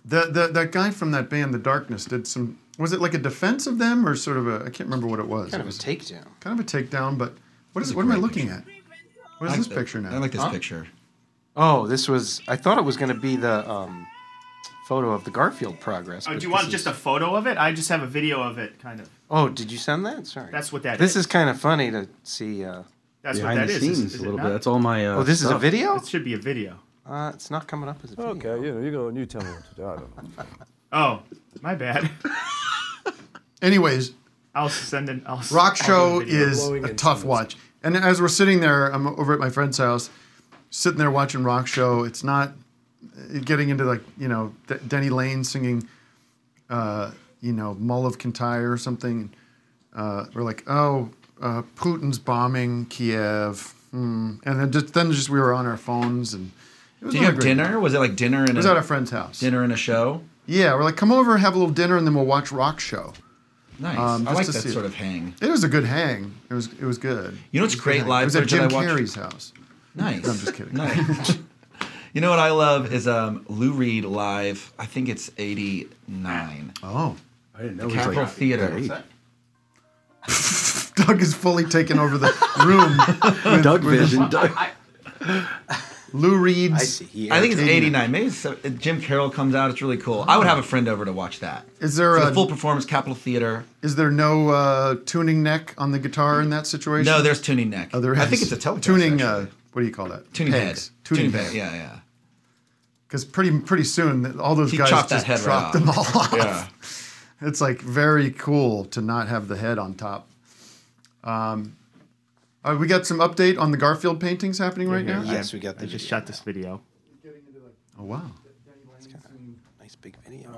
The, the that guy from that band, The Darkness, did some. Was it like a defense of them, or sort of a? I can't remember what it was.
Kind
It
of a
was
takedown.
kind of a takedown, but what
That's
is?
a
What am I
great
looking at? What is
I-
this picture now?
I like this
Huh?
picture. Oh, this was. I thought it was going to be the um, photo of the Garfield progress.
Oh,
but
do you
this
want
is-
just a photo of it? I just have a video of it, kind of.
Oh, did you send that? Sorry.
That's what that
this
is.
is kind of funny to see. Uh,
That's what Behind that the is, is- scenes is a it little bit. not? That's all uh,
my,
oh, this is a
stuff.
video.
It should be a video.
Uh, it's not coming up as a video.
Okay, you know, you go and you tell me what to do. I don't know.
Oh, my bad.
Anyways,
I'll send an. I'll I'll
Rock Show
do video.
is a tough watch. And as we're sitting there, I'm over at my friend's house, sitting there watching Rock Show. It's not uh, getting into like you know D- Denny Lane singing, uh, you know Mull of Kintyre or something. Uh, we're like, oh, uh, Putin's bombing Kiev, hmm. and then just then just we were on our phones and. It was
Did you have
really great.
dinner? Was it like dinner? In
It was
a,
at a friend's house.
Dinner and a show.
Yeah, we're like, come over, have a little dinner, and then we'll watch Rock Show.
Nice. I
Um, just
like
to
that
see it.
sort of hang.
It was a good hang. It was it was good.
You know what's
It was a good
great
hang.
live
It was at
footage that
Jim
I watched?
Carrey's house.
Nice.
No, I'm just kidding.
Nice. you know what I love is um, Lou Reed live. I think it's '89.
Oh,
I didn't
it
The
was like
Capitol
that deep.
Theater.
Doug is fully taken over the room. with-
Doug
with his-
vision, Doug.
Lou Reed's.
I think it's '89. Maybe it's, uh, Jim Carroll comes out. It's really cool. I would have a friend over to watch that.
Is there
It's
a-
full performance, Capitol Theater?
Is there no uh, tuning neck on the guitar in that situation?
No, there's tuning neck.
Oh, there is.
I think it's a telecast,
Tuning. Uh, what do you call that?
Tuning head.
Pegs. Tuning,
Tuning
head.
peg, yeah, yeah.
Because pretty pretty soon th- all those
He
guys
chopped that
just
head right
dropped
off.
them all off.
Yeah.
It's like very cool to not have the head on top. Um, uh, we got some update on the Garfield paintings happening right now.
we got. I just shot this video.
Oh wow!
Nice big video.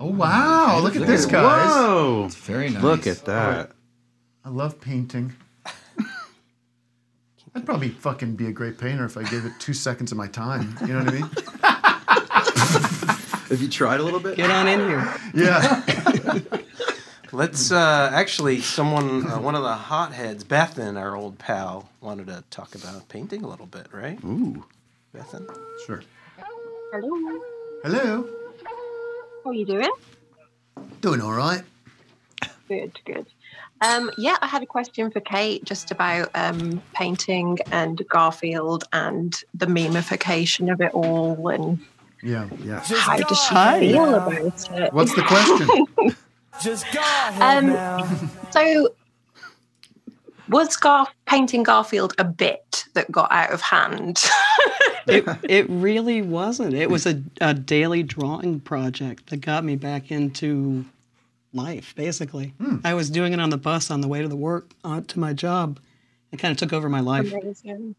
Oh wow! Look at this, guys.
Whoa.
It's very nice.
Look at that.
I love painting. I'd probably fucking be a great painter if I gave it two seconds of my time. You know what I mean?
Have you tried a little bit?
Get on in here.
Yeah.
Let's uh, actually, someone, uh, one of the hotheads, Bethan, our old pal, wanted to talk about painting a little bit, right?
Ooh.
Bethan.
Sure.
Hello.
Hello.
How are you doing?
Doing all right.
Good, good. Um, yeah, I had a question for Kate just about um, painting and Garfield and the memification of it all and
Yeah. Yeah.
how does she
Hi.
feel about it?
What's the question?
just go um, So, was Gar- painting Garfield a bit that got out of hand?
it, it really wasn't. It was a, a daily drawing project that got me back into life, basically.
Hmm.
I was doing it on the bus on the way to the work, uh, to my job. It kind of took over my life.
Amazing.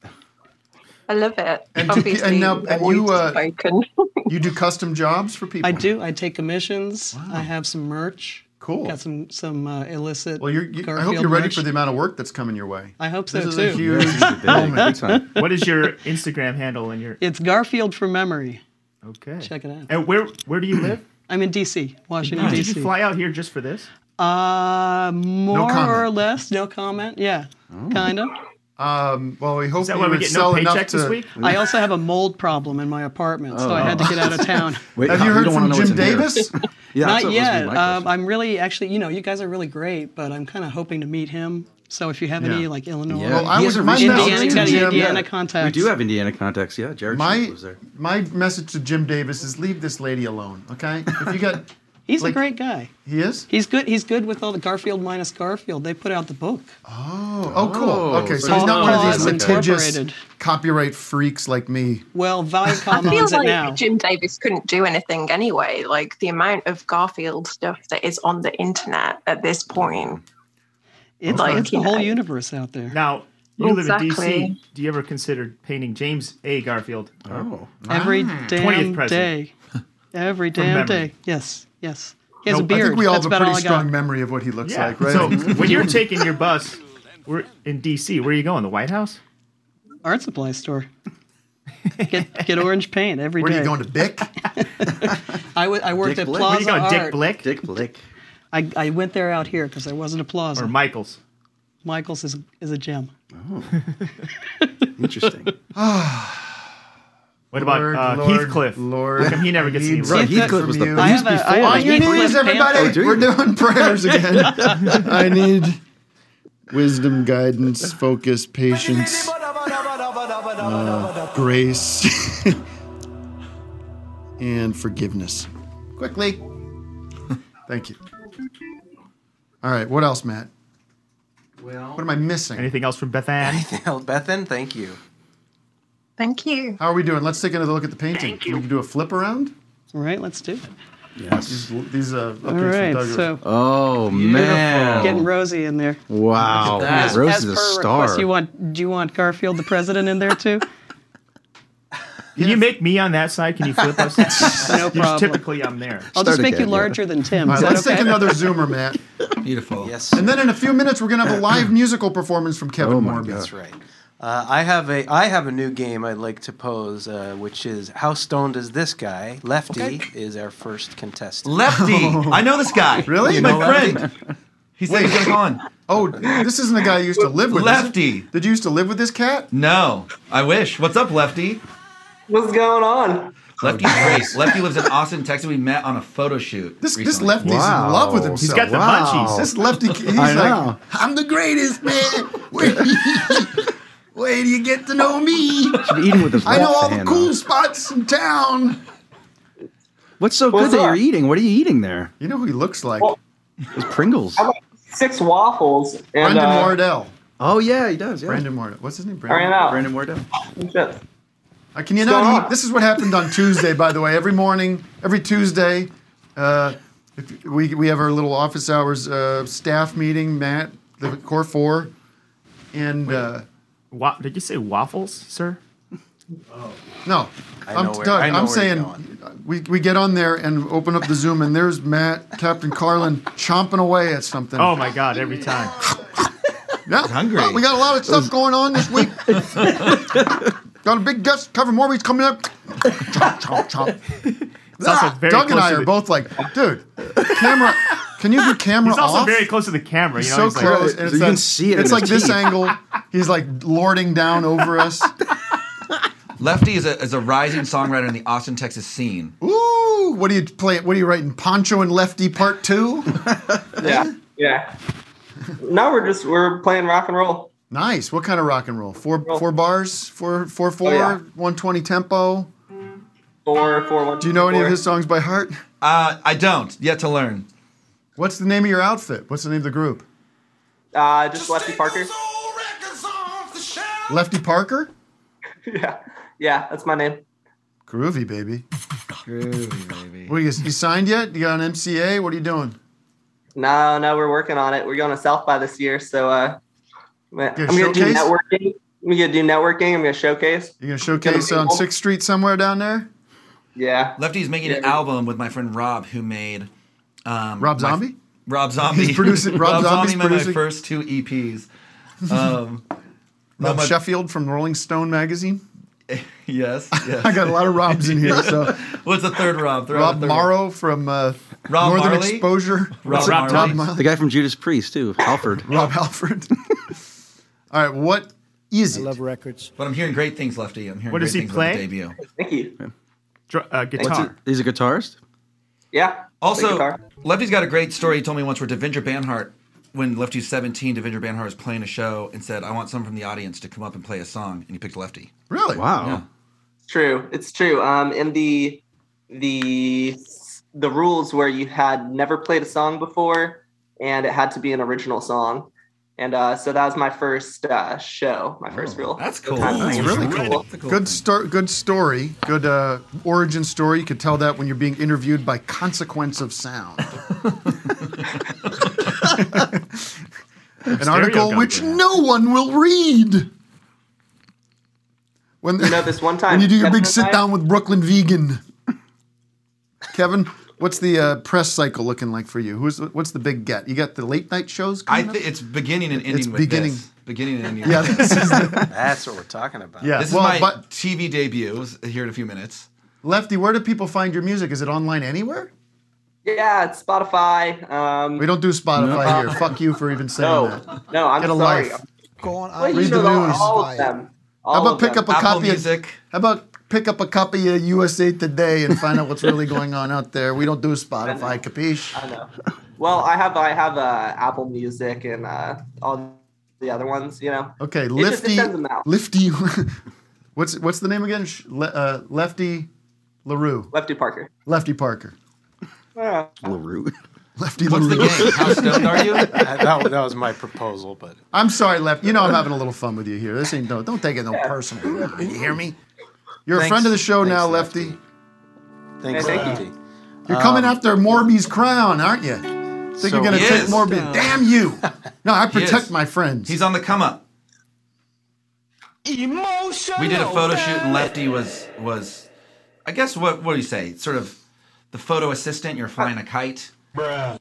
I love it.
And, do, pe- and now
Obviously,
and
we've
you uh,
spoken.
you do custom jobs for people.
I do. I take commissions. I have some merch.
Cool.
Got some some uh, illicit.
Well, you're, you, I hope
Garfield
you're ready
merch.
for the amount of work that's coming your way.
I hope so
This is
too.
a huge moment.
what is your Instagram handle and your?
It's Garfield from memory.
Okay.
Check it out.
And where where do you live?
I'm in D.C., Washington
Did
D.C.
you fly out here just for this?
Uh, more
comment.
or less, no comment. Yeah, kind of.
Oh. Um, well, we hope
Is that
you
why we
would
get no
sell enough
paycheck
to.
this week? I also have a mold problem in my apartment, so I had to get out of town.
Wait,
Have
how-
you
you
heard
don't wanna
from
know
Jim
what's in here.
Davis?
Yeah,
Not
that's what was gonna
yet.
be my
Um, I'm really actually, you know, you guys are really great, but I'm kind of hoping to meet him. So if you have any
Yeah.
like Illinois,
Yeah. Well, I He was- hasn't my reached out
Indiana,
to
Indiana,
Jim yet.
Indiana
We
contacts.
do have Indiana contacts. Yeah, Jared
My
Schmidt was there.
my message to Jim Davis is leave this lady alone. Okay, if you got
He's
like-
a great guy.
He is.
He's good. He's good with all the Garfield minus Garfield. They put out the book.
Oh, oh, cool. okay, so he's not one of these litigious copyright freaks like me.
Well, Viacom
I feel
owns it
like
now.
Jim Davis couldn't do anything anyway. Like the amount of Garfield stuff that is on the internet at this point.
It's,
Like,
it's the
you
whole
know.
universe out there.
Now you live in
Exactly.
D.C. Do you ever consider painting James A. Garfield? Oh,
Every damn day. Every
From
damn
memory.
day. Yes, yes. He has
No,
a beard.
I think we all
That's
have a
about all
pretty
I got.
strong memory of what he looks
Yeah.
like, right?
So when you're taking your bus, we're in D.C. Where are you going? The White House?
Art supply store. Get get orange paint every day.
Where are you going to Bick?
I wa- I worked
Dick
at
Blick?
Plaza
Where you going,
Art.
Dick
Blick?
Dick Blick. I, I went there out here because there wasn't a Plaza.
Or Michaels.
Michaels is is a gem.
Interesting.
What about
Lord,
uh,
Lord,
Heathcliff? Lord, How come he never gets any
Right,
love?
Heathcliff was the
From you.
best I have a- I have
On your knees,
Oh,
everybody. We're doing prayers again.
I need wisdom, guidance, focus, patience, uh, grace, and forgiveness.
Oh,
Quickly.
Thank you. All right, what else, Matt?
Well,
What am I missing?
Anything else from Beth Ann?
Bethan, thank you.
Thank you.
How are we doing? Let's take another look at the painting. Can we do a flip around?
All right, let's do it.
Yes. These, these uh, updates
All
from
right,
Doug are-
so
Oh man.
getting Rosie in there.
Wow.
As,
Rose
as
is a
per
star.
request, you want do you want Garfield the president in there too?
Can you make me on that side? Can you flip us?
No problem.
Typically, I'm there.
I'll just make you larger than Tim.
All
Is
right,
that
let's take
okay?
another zoomer, Matt.
Beautiful.
Yes.
And then in a few minutes, we're going to have a live musical performance from Kevin oh
That's right. Uh, I have a I have a new game I'd like to pose, uh, which is how stoned is this guy? Lefty is our first contestant.
Lefty. I know this guy.
Really?
He's
You
my
know Lefty?
friend. He said he's on.
Oh, this isn't the guy you used to live with. is it?
Lefty.
Did you used to live with this cat?
No, I wish. What's up, Lefty?
What's going on?
Lefty's great. Lefty lives in Austin, Texas. We met on a photo shoot.
This, this
recently.
lefty's in love with himself. This lefty, he's
I
like,
know.
I'm the greatest man. Wait, wait, till you get to know me.
Should be eating with his
I know
left
all the
hand,
cool
huh?
spots in town.
What's so
What's
good that
up?
you're eating? What are you eating there?
You know who he looks like.
It's Pringles.
I like six waffles and
Brendan
uh,
Wardell.
Oh yeah, he does. Yeah.
Brandon Wardell. What's his name?
I ran out.
Brandon Wardell.
Uh, can you
What's going
not eat?
on?
This is what happened on Tuesday, by the way. Every morning, every Tuesday, uh, if we, we have our little office hours uh, staff meeting, Matt, the core four. And uh,
Wa- did you say waffles, sir?
no,
I
I'm,
know where-
Doug,
I know
I'm
where
saying
you're
we, we get on there and open up the Zoom, and there's Matt, Captain Carlin, chomping away at something.
Oh my God! Every time.
Yeah.
hungry.
Well, we got a lot of stuff going on this week. got a big guest cover more weeks coming up. Chomp, chomp, chomp.
It's also
Ah,
very
Doug and
close
I
to
are
the-
both like, dude, camera. Can you do camera
He's also
off?
very close to the camera. You
He's
know, he's
so
like-
close, and it's that- It's like this angle. He's like lording down over us.
Lefty is a, is a rising songwriter in the Austin, Texas scene.
Ooh, what are you playing? What are you writing? Poncho and Lefty Part Two.
Yeah, yeah. now we're just we're playing rock and roll.
Nice. What kind of rock and roll? Four four bars, four four four,
Oh, yeah.
120 tempo.
Four, four, one.
Do you know any of
four.
his songs by heart?
Uh, I don't. Yet to learn.
What's the name of your outfit? What's the name of the group?
Uh, just Lefty Parker.
Lefty Parker?
yeah, yeah. That's my name.
Groovy, baby.
Groovy, baby.
What are you, you signed yet? You got an MCA? What are you doing?
No, no, we're working on it. We're going to South by this year, so uh, I'm
Gonna
gonna do
showcase?
networking. I'm gonna do networking. I'm gonna showcase.
You gonna showcase on Sixth Street somewhere down there?
Yeah.
Lefty's making an album with my friend Rob, who made um,
Rob
my-
Zombie?
Rob Zombie.
He's producing- Rob Zombie's
made
producing-
my first two EPs. Um, no,
Rob
my-
Sheffield from Rolling Stone magazine.
yes, yes.
I got a lot of Robs in here. So
What's the third Rob? Throw out
Rob
the third
Morrow from uh,
Rob
Northern
Marley?
Exposure.
Rob Rob Marley. Marley.
The guy from Judas Priest too, Alfred.
Rob Halford. All right, what is it? I love
records. But I'm hearing great things, Lefty. I'm hearing
What
great
does he
things about the
play?
debut.
Thank you.
Dr- uh, guitar.
He's a guitarist.
Yeah.
Also, Lefty's got a great story he told me once where Devinder Banhart, when Lefty's 17, Devinder Banhart was playing a show and said, I want someone from the audience to come up and play a song. And he picked Lefty.
Really?
Wow.
It's true. It's true. Um, in the the the rules where you had never played a song before, and it had to be an original song, and uh, so that was my first uh, show, my first rule. That's
cool.
Oh, That's really cool. Good star- Good story. Good uh, origin story. You could tell that when you're being interviewed by Consequence of Sound. An article which no one will read. When
You know, this one time
when you do your
Kevin
big
and I-
sit down with Brooklyn Vegan, Kevin, what's the uh, press cycle looking like for you? Who's what's the big get? You got the late night shows.
I
coming
th-
up?
it's beginning and ending
It's
with
beginning.
this. beginning and end.
Yeah, this is the-
That's what we're talking about.
Yeah,
this
well,
is my
but-
TV debut. It's Here in a few minutes.
Lefty, where do people find your music? Is it online anywhere?
Yeah, it's Spotify. Um,
We don't do Spotify
No.
here. Fuck you for even saying
No,
that.
no, I'm
Get a
sorry.
life.
Go on.
Read the news.
All of them. All
How
of
about pick
them.
up a copy of How about pick up a copy of USA Today and find out what's really going on out there? We don't do Spotify, capiche?
I know. Well, I have I have uh, Apple Music and uh, all the other ones. You know.
Okay,
It just
Lifty.
sends them out.
Lifty. what's what's the name again? Sh- Le, uh, Lefty Larue.
Lefty Parker.
Lefty Parker.
Yeah.
Larue.
Lefty
What's
Larue.
the game? How stoned are you? Uh, That- that was- that was my proposal, but-
I'm sorry, Lefty. You know I'm having a little fun with you here. This ain't no. Don't take it no personal. You hear me? You're a
Thanks-
friend of the show now, Lefty.
Thanks,
Hey, thank
Lefty.
You're coming
Um,
after Morby's crown, aren't you? Think
So-
you're gonna
He
take
is.
Morby?
Uh,
Damn you! No, I
He is.
protect my friends.
He's on the come up.
Emotional.
We did a photo shoot, and Lefty was was, I guess what what do you say? Sort of the photo assistant. You're flying a kite.
Yeah,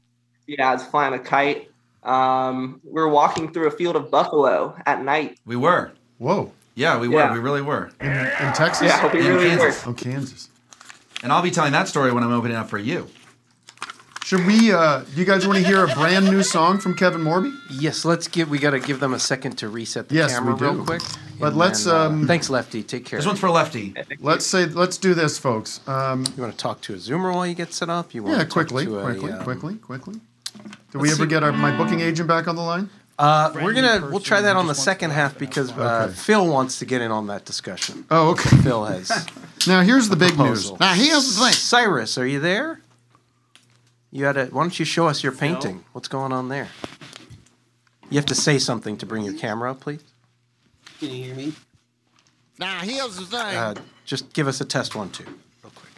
I was flying a kite. Um, we were walking through a field of buffalo at night.
We were.
Whoa.
Yeah, we were.
Yeah.
We really were.
In, in Texas?
Yeah, we
In
really
Kansas.
Oh, Kansas.
And I'll be telling that story when I'm opening up for you.
Should we? Uh, do you guys want to hear a brand new song from Kevin Morby?
Yes, let's give. We got to give them a second to reset the
Yes,
camera
we do.
real quick.
But
and
let's,
then, uh,
um,
thanks, Lefty. Take care.
This one's
for Lefty.
Let's say. Let's do this, folks. Um,
you want to talk to a Zoomer while you get set up? You want
Yeah,
to talk
quickly,
to a,
quickly,
um,
quickly, quickly. Do we
let's
ever
see.
get our, my booking agent back on the line?
Uh, we're gonna we'll try that on the second half because uh, Phil wants to get in on that discussion.
Oh, okay.
Phil has
Now here's the big
proposal.
news. Now here's the thing.
Cyrus, are you there? You had a, Why don't you show us your painting? What's going on there? You have to say something to bring your camera up, please.
Can you hear me? Now here's the thing.
Uh, just give us a test one two, real quick.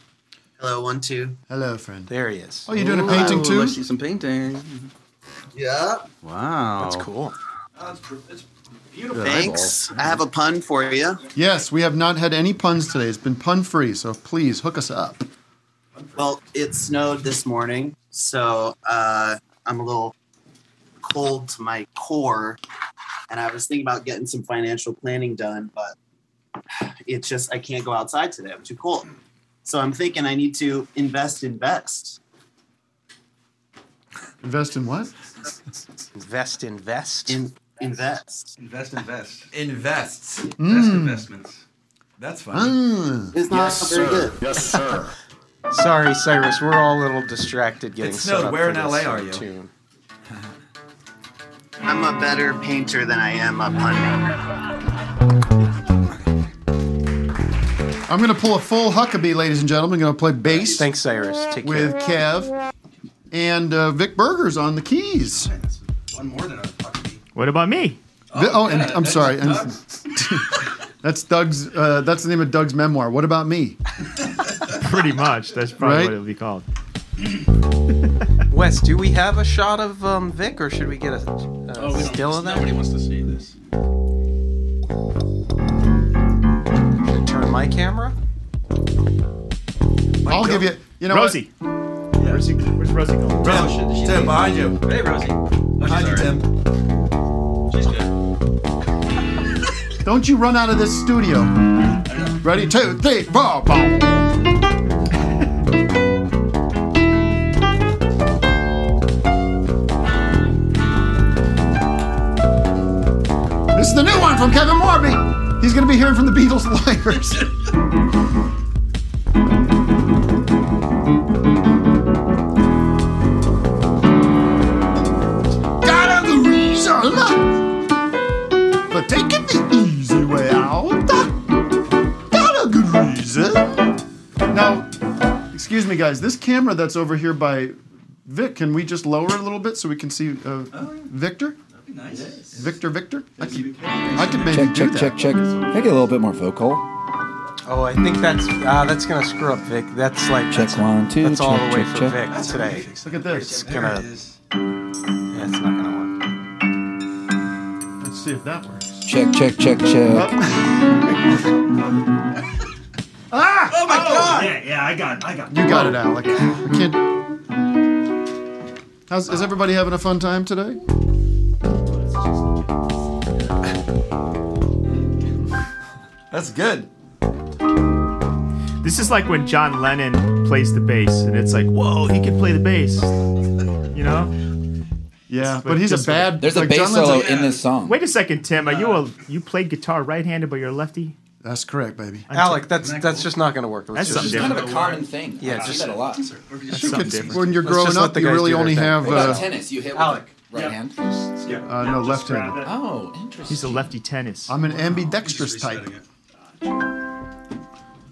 Hello one two.
Hello friend.
There he is.
Oh, you doing a painting too?
I see some painting.
Yeah.
Wow,
that's cool.
Beautiful.
Thanks. I have a pun for you.
Yes, we have not had any puns today. It's been pun free, so please hook us up.
Well, it snowed this morning, so uh, I'm a little cold to my core. And I was thinking about getting some financial planning done, but it's just I can't go outside today. I'm too cold. So I'm thinking I need to invest, invest.
Invest in what?
Invest, invest.
In, invest.
Invest, invest. Invests. Best
Hmm.
Mm.
investments. That's fun.
Ah.
Ah.
It's not very good.
Yes, sir.
Sorry, Cyrus, we're all a little distracted getting
It
set
snowed.
up
Where
for
in
this
LA are you?
Tune.
I'm a better painter than I am a pun
I'm gonna pull a full Huckabee, ladies and gentlemen. I'm gonna play bass.
Thanks, Cyrus. Take
with Kev and uh, Vic Berger's on the keys.
One more than a
What about me? Oh, and
yeah,
I'm
that's
sorry. and-
Doug.
that's Doug's. Uh, that's the name of Doug's memoir. What about me?
Pretty much. That's probably
Right?
what it'll be called.
Wes, do we have a shot of um, Vic, or should we get a, a
Oh, we don't-
still of that?
Nobody wants to see this.
Turn my camera.
I'll give you. You know,
Rosie. Where's, he, where's Rosie going?
Tim, Tim, behind you. Hey, Rosie. Behind you, Tim.
What? Don't you run out of this studio. Ready? Two, three, four, four. This is the new one from Kevin Morby. He's going to be hearing from the Beatles Liars. Got the reason for taking the easy way out. Got a good reason. Now, excuse me, guys. This camera that's over here by Vic, can we just lower it a little bit so we can see
Oh,
uh, Victor? Victor, Victor. I could, I could maybe
Check,
do
check,
that.
check, check. Can I get a little bit more vocal?
Oh, I think that's
Hmm.
uh, that's gonna screw up Vic. That's like
Check
that's,
one, two,
That's all
check,
the way
check,
for
check.
Vic
That's
today.
Look at this.
It's gonna. Yeah, it's not gonna work.
Let's see if that works.
Check, check, check, check.
Ah!
Oh my god! Yeah, yeah, I got, I got.
You got it, Alec. I can't. How's, is everybody having a fun time today?
That's good.
This is like when John Lennon plays the bass, and it's like, whoa, he can play the bass. You know?
Yeah,
But
but he's a
just-
bad.
There's a
like,
bass
John Lennon's
solo
a-
in
this song.
Wait a second, Tim. Are you a you play guitar right-handed, but you're a lefty?
Uh, That's correct, baby.
Alec, that's that's just not going to work.
That's something
just-
different.
Common thing.
Yeah,
I see
just-
that a lot.
I think it's when you're growing up, you really only have
What about
uh,
tennis? You hit with
Alec.
the right hand.
uh, no left hand.
Oh, interesting.
He's a lefty tennis.
I'm an ambidextrous type.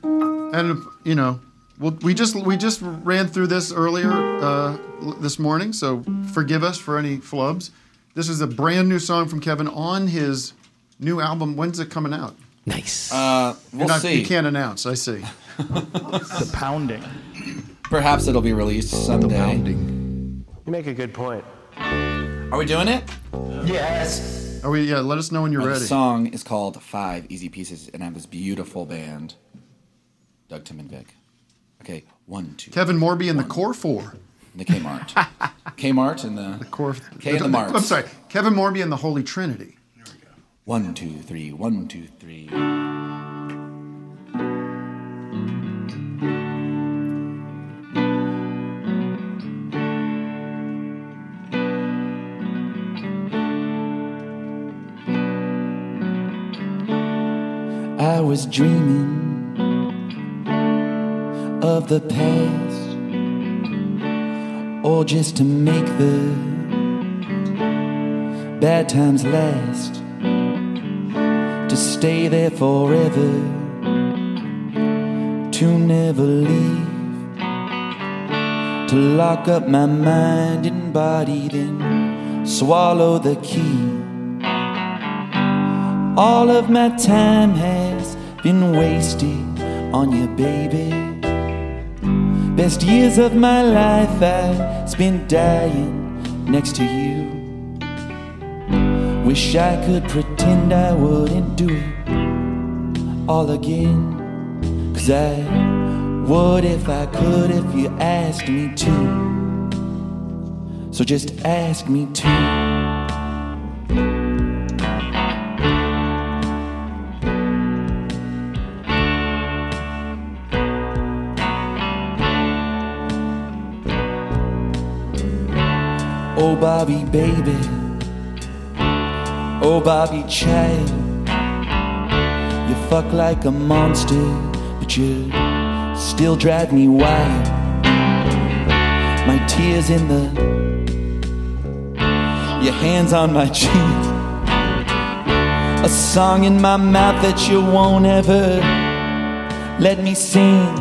And you know, well, we just we just ran through this earlier uh, l- this morning, so forgive us for any flubs. This is a brand new song from Kevin on his new album. When's it coming out?
Nice. Uh,
You're
we'll
not-
see.
You can't announce. I see.
the
pounding.
Perhaps it'll be released someday.
You make a good point.
Are we doing it?
Yes.
Are we? Oh, Yeah. Let us know when you're
My
ready.
song is called Five Easy Pieces, and I have this beautiful band, Doug, Tim, and Vic. Okay, one, two.
Kevin Morby and the Core Four.
And the Kmart. Kmart and the. The
Core.
uh, K and the Mart.
I'm sorry, Kevin Morby and the Holy Trinity.
One, two, three. One, two, three. I was dreaming of the past, or just to make the bad times last, to stay there forever, to never leave, to lock up my mind and body, then swallow the key. All of my time has been wasted on you, baby. Best years of my life I spent dying next to you. Wish I could pretend I wouldn't do it all again. Cause I would if I could if you asked me to. So just ask me to. Oh, Bobby, baby. Oh, Bobby, child. You fuck like a monster, but you still drive me wild. My tears in the. Your hands on my cheek. A song in my mouth that you won't ever let me sing.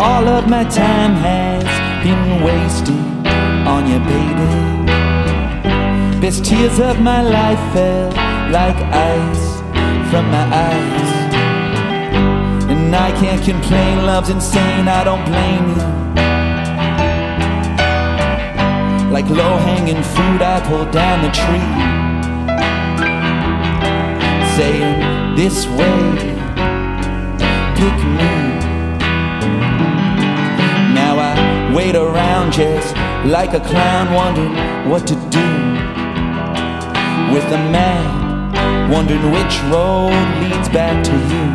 All of my time has been wasted on you, baby. Best tears of my life fell like ice from my eyes. And I can't complain, love's insane, I don't blame you. Like low hanging fruit, I pulled down the tree. Saying, This way, pick me. Now I wait around just like a clown, wondering what to do with a map, wondering which road leads back to you.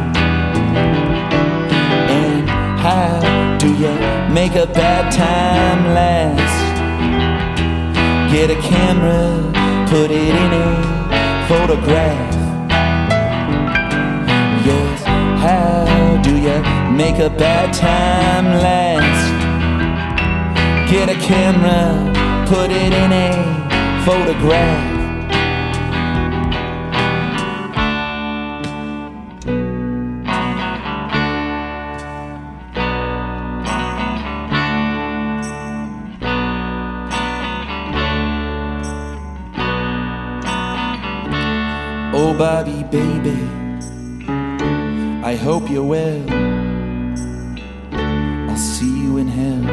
And how do you make a bad time last? Get a camera, put it in a photograph. Yes, how do you make a bad time last? Get a camera, put it in a photograph. Oh, Bobby, baby. I hope you're well. I'll see you in hell.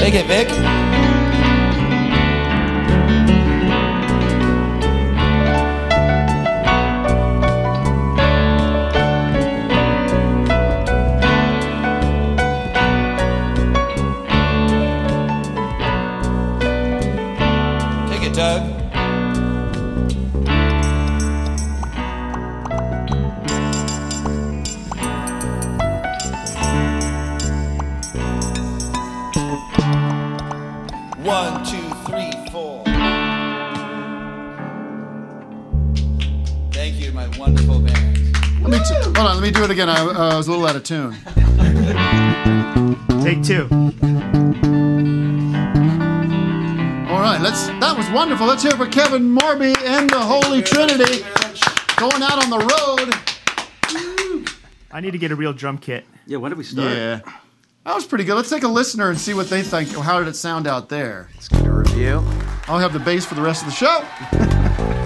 Take it, Vic. Take it, Doug. One, two, three, four. Thank you, my wonderful band.
Let me t- hold on, let me do it again. I, uh, I was a little out of tune.
Take two.
All right, let's. That was wonderful. Let's hear it for Kevin Morby and the Holy Trinity going out on the road.
I need to get a real drum kit.
Yeah, when did we
start?
Yeah. That was pretty good. Let's take a listener and see what they think. How did it sound out there? Let's
get a review.
I'll have the bass for the rest of the show.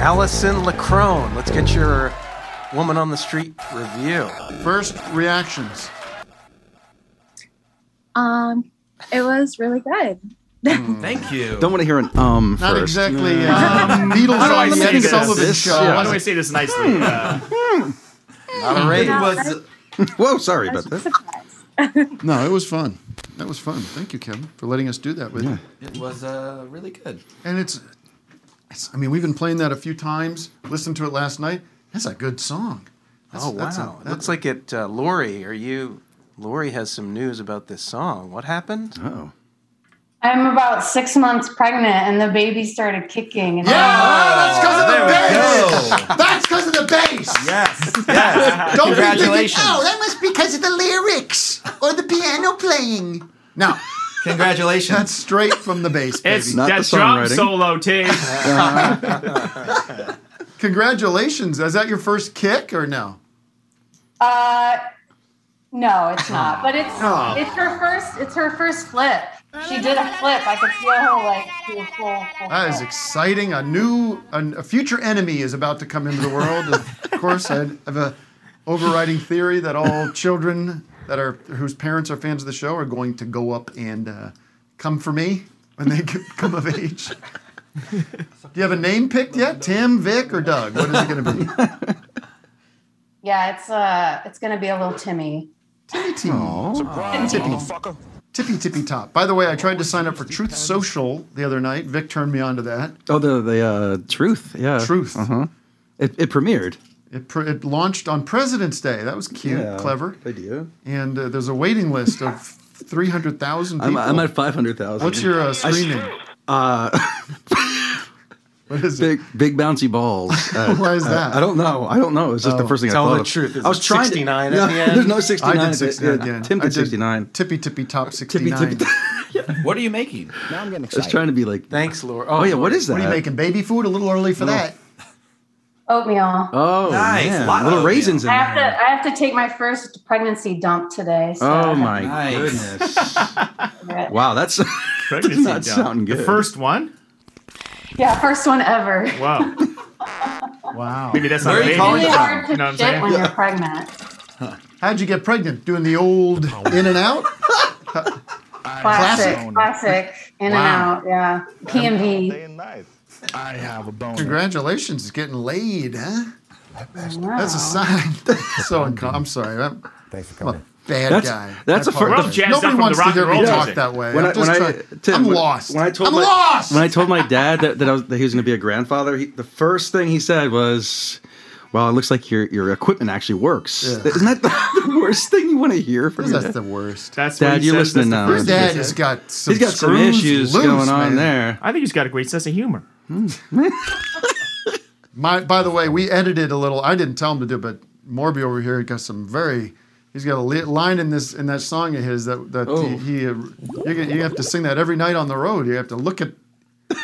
Allison Lacrone. Let's get your woman on the street review.
First reactions.
Um, it was really good.
Thank you.
Mm. Don't want to hear an um.
Not
first.
exactly, uh, Um, Beatles
How do I
on
say
Ed
this?
Sullivan show. Hmm.
Yeah.
Why do I say this nicely? Uh,
Not a
rating.
Was-
Whoa, sorry about that.
No, it was fun. That was fun. Thank you, Kevin, for letting us do that with you.
It was uh, really good.
And it's, it's, I mean, we've been playing that a few times. Listened to it last night. That's a good song. That's-
oh
that's a-
wow!
that-
Looks like it. Uh, Lori, are you? Lori has some news about this song. What happened? Oh.
I'm about six months pregnant, and the baby started kicking. And
that's because of the bass. That's because of the bass.
Yes.
yes. Don't
Congratulations.
Be thinking, oh, that must be because of the lyrics or the piano playing. No.
Congratulations.
That's straight from the bass, baby.
it's that drum solo, T.
Uh-huh.
Congratulations. Is that your first kick or no?
Uh, no, it's
Ah.
not. But it's
Oh.
it's her first. It's her first flip. She did a flip. I could feel her like do a full. full
That is exciting. A new, a, a future enemy is about to come into the world. of course, I have a overriding theory that all children that are whose parents are fans of the show are going to go up and uh, come for me when they get- come of age. Do you have a name picked yet? Tim, Vic, or Doug? What is it going to be?
Yeah, it's uh, it's gonna be a little Timmy.
Tippy. Tippy tippy top. By the way, I tried to sign up for Truth Social the other night. Vic turned me on to that.
Oh, the the uh, truth. Yeah.
Truth.
Uh huh. It, it premiered.
It, pr- it launched on President's Day. That was cute,
Yeah,
clever.
idea.
And uh, there's a waiting list of 300,000 people.
I'm, I'm at five hundred thousand.
What's your uh, screen name?
Uh,
what is
big, it? Big bouncy balls. Uh,
Why is
uh,
that?
I, don't know. I don't know. It's just
Oh.
the first thing
Tell
I thought
the
of.
truth. Is
I was
it
trying
69 at
no,
the end?
There's no
I
sixty-nine. at
did
the-
69 at the
yeah,
end.
Tim
I
did
did
sixty-nine.
Tippy tippy top 69.
What are you making? Now I'm getting
I was trying to be like.
Thanks, Laura.
Oh, yeah. What is that?
What are you making? Baby food? A little early for that.
Oatmeal.
Oh,
Nice.
man.
Lot of
little
oatmeal.
raisins
I
in there.
have to I have to take my first pregnancy dump today. So
Oh my goodness! wow, that's that does not
dump.
sound
The
good.
first one?
Yeah, first one ever.
Wow.
wow.
Maybe that's not
It's
a baby.
really hard to
You know what I'm
shit
saying?
when you're pregnant.
How'd you get pregnant? Doing the old in and out?
Classic, classic, in
Wow.
and out. Yeah, PMV.
I have a bone. Congratulations, it's getting laid, huh? That's a
Oh.
Wow.
sign. so uncom- I'm sorry. I'm, Thanks for coming. I'm a bad
That's-
guy.
that's
I
a fir- We're all
apologize.
jazzed up
Nobody
from the
wants
rock
to hear
and
me
roll
talk
music.
that way.
When
I'm,
I- when
just
I- uh,
trying-
Tim,
I'm
when-
lost.
when I told
I'm
my,
lost.
When I told my dad that, that I was that he was going to be a grandfather, he, the first thing he said was, "Well, it looks like your your equipment actually works."
Yeah.
Isn't that the, the worst thing you want to hear from? your dad?
That's the worst.
That's what
Dad,
he
you're
says,
listening
that's
now.
the
aren't
first
you?
thing he
Dad has
said.
got some
He's got some
screws
issues
loose,
going on
man.
there.
I think he's got a great sense of humor.
My, by the way, we edited a little. I didn't tell him to do, it, but Morby over here got some very. He's got a li- line in this in that song of his that that
Oh.
he, he uh, you're gonna, you have to sing that every night on the road. You have to look at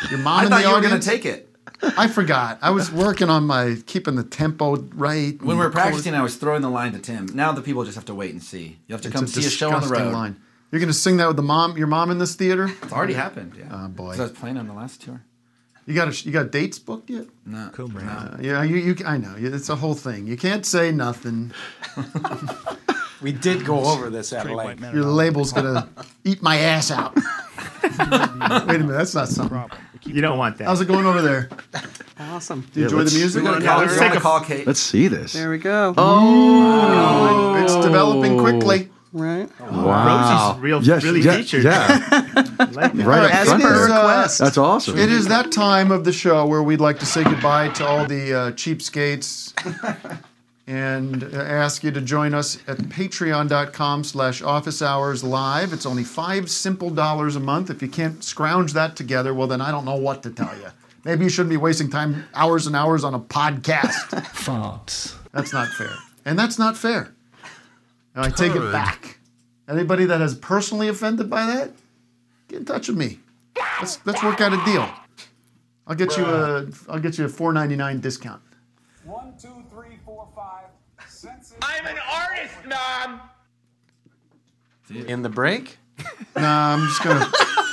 your mom.
I
in
thought
the
you were gonna
audience.
take it.
I forgot. I was working on my keeping the tempo right.
When we were
and the chord-
practicing, I was throwing the line to Tim. Now the people just have to wait and see. You have to
It's
come see a show on the
disgusting
road.
line. You're gonna sing that with the mom, your mom in this theater.
It's already happened. Yeah. Oh
boy.
I was playing on the last tour.
You got a, you got dates booked yet?
No. Cool,
Uh, yeah, you, you I know it's a whole thing. You can't say nothing.
We did go over this at length.
Your label's gonna eat my ass out. Wait a minute, that's not something.
You don't want that.
How's it going over there?
Awesome.
Do you enjoy the music?
Let's see this.
There we go.
Oh, it's developing quickly.
Right.
Wow.
Rosie's real-
yes,
really
yeah,
featured.
Yeah.
All
right. up
it
front
is,
there.
uh,
That's awesome.
It is that time of the show where we'd like to say goodbye to all the uh, cheapskates and uh, ask you to join us at patreon.com slash office hours live. It's only five simple dollars a month. If you can't scrounge that together, well, then I don't know what to tell you. Maybe you shouldn't be wasting time, hours and hours on a podcast. Farts. That's not fair. And that's not fair. And I take it
Purred.
back. Anybody that is personally offended by that, get in touch with me. Let's let's work out a deal. I'll get you a I'll get you a four ninety nine discount.
One, two, three, four, five. I'm an artist, mom.
In the break?
Nah, I'm just gonna.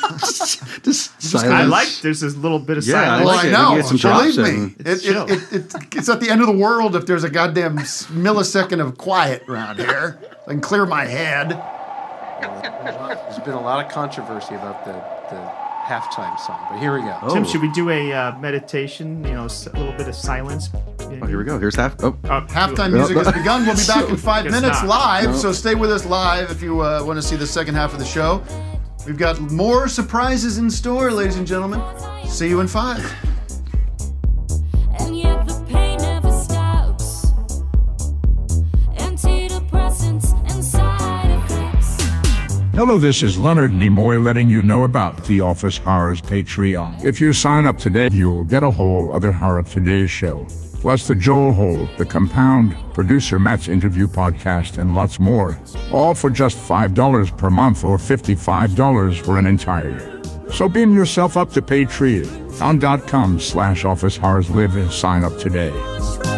just
I like there's this little bit of
Yeah,
silence.
I Well, like I it. We know. get some Believe drops me, in.
It's
It, it, it, it, it's at the end of the world if there's a goddamn s- millisecond of quiet around here. I can clear my head.
There's been a lot of controversy about the, the halftime song, but here we go.
Oh.
Tim, should we do a uh, meditation? You know, s- a little bit of silence.
Oh, here we go. Here's half. Oh.
Uh, Halftime music has begun. We'll be back in five
Guess
minutes
not.
live,
No.
so stay with us live if you uh, want to see the second half of the show. We've got more surprises in store, ladies and gentlemen. See you in five.
And yet the pain never stops. Antidepressants and side effects.
Hello, this is Leonard Nimoy letting you know about the Office Horrors Patreon. If you sign up today, you'll get a whole other Horror Today show, plus the Joel Hole, The Compound, Producer Matt's interview podcast, and lots more. All for just $5 per month or $55 for an entire year. So beam yourself up to Patreon.com slash Office Horrors Live and sign up today.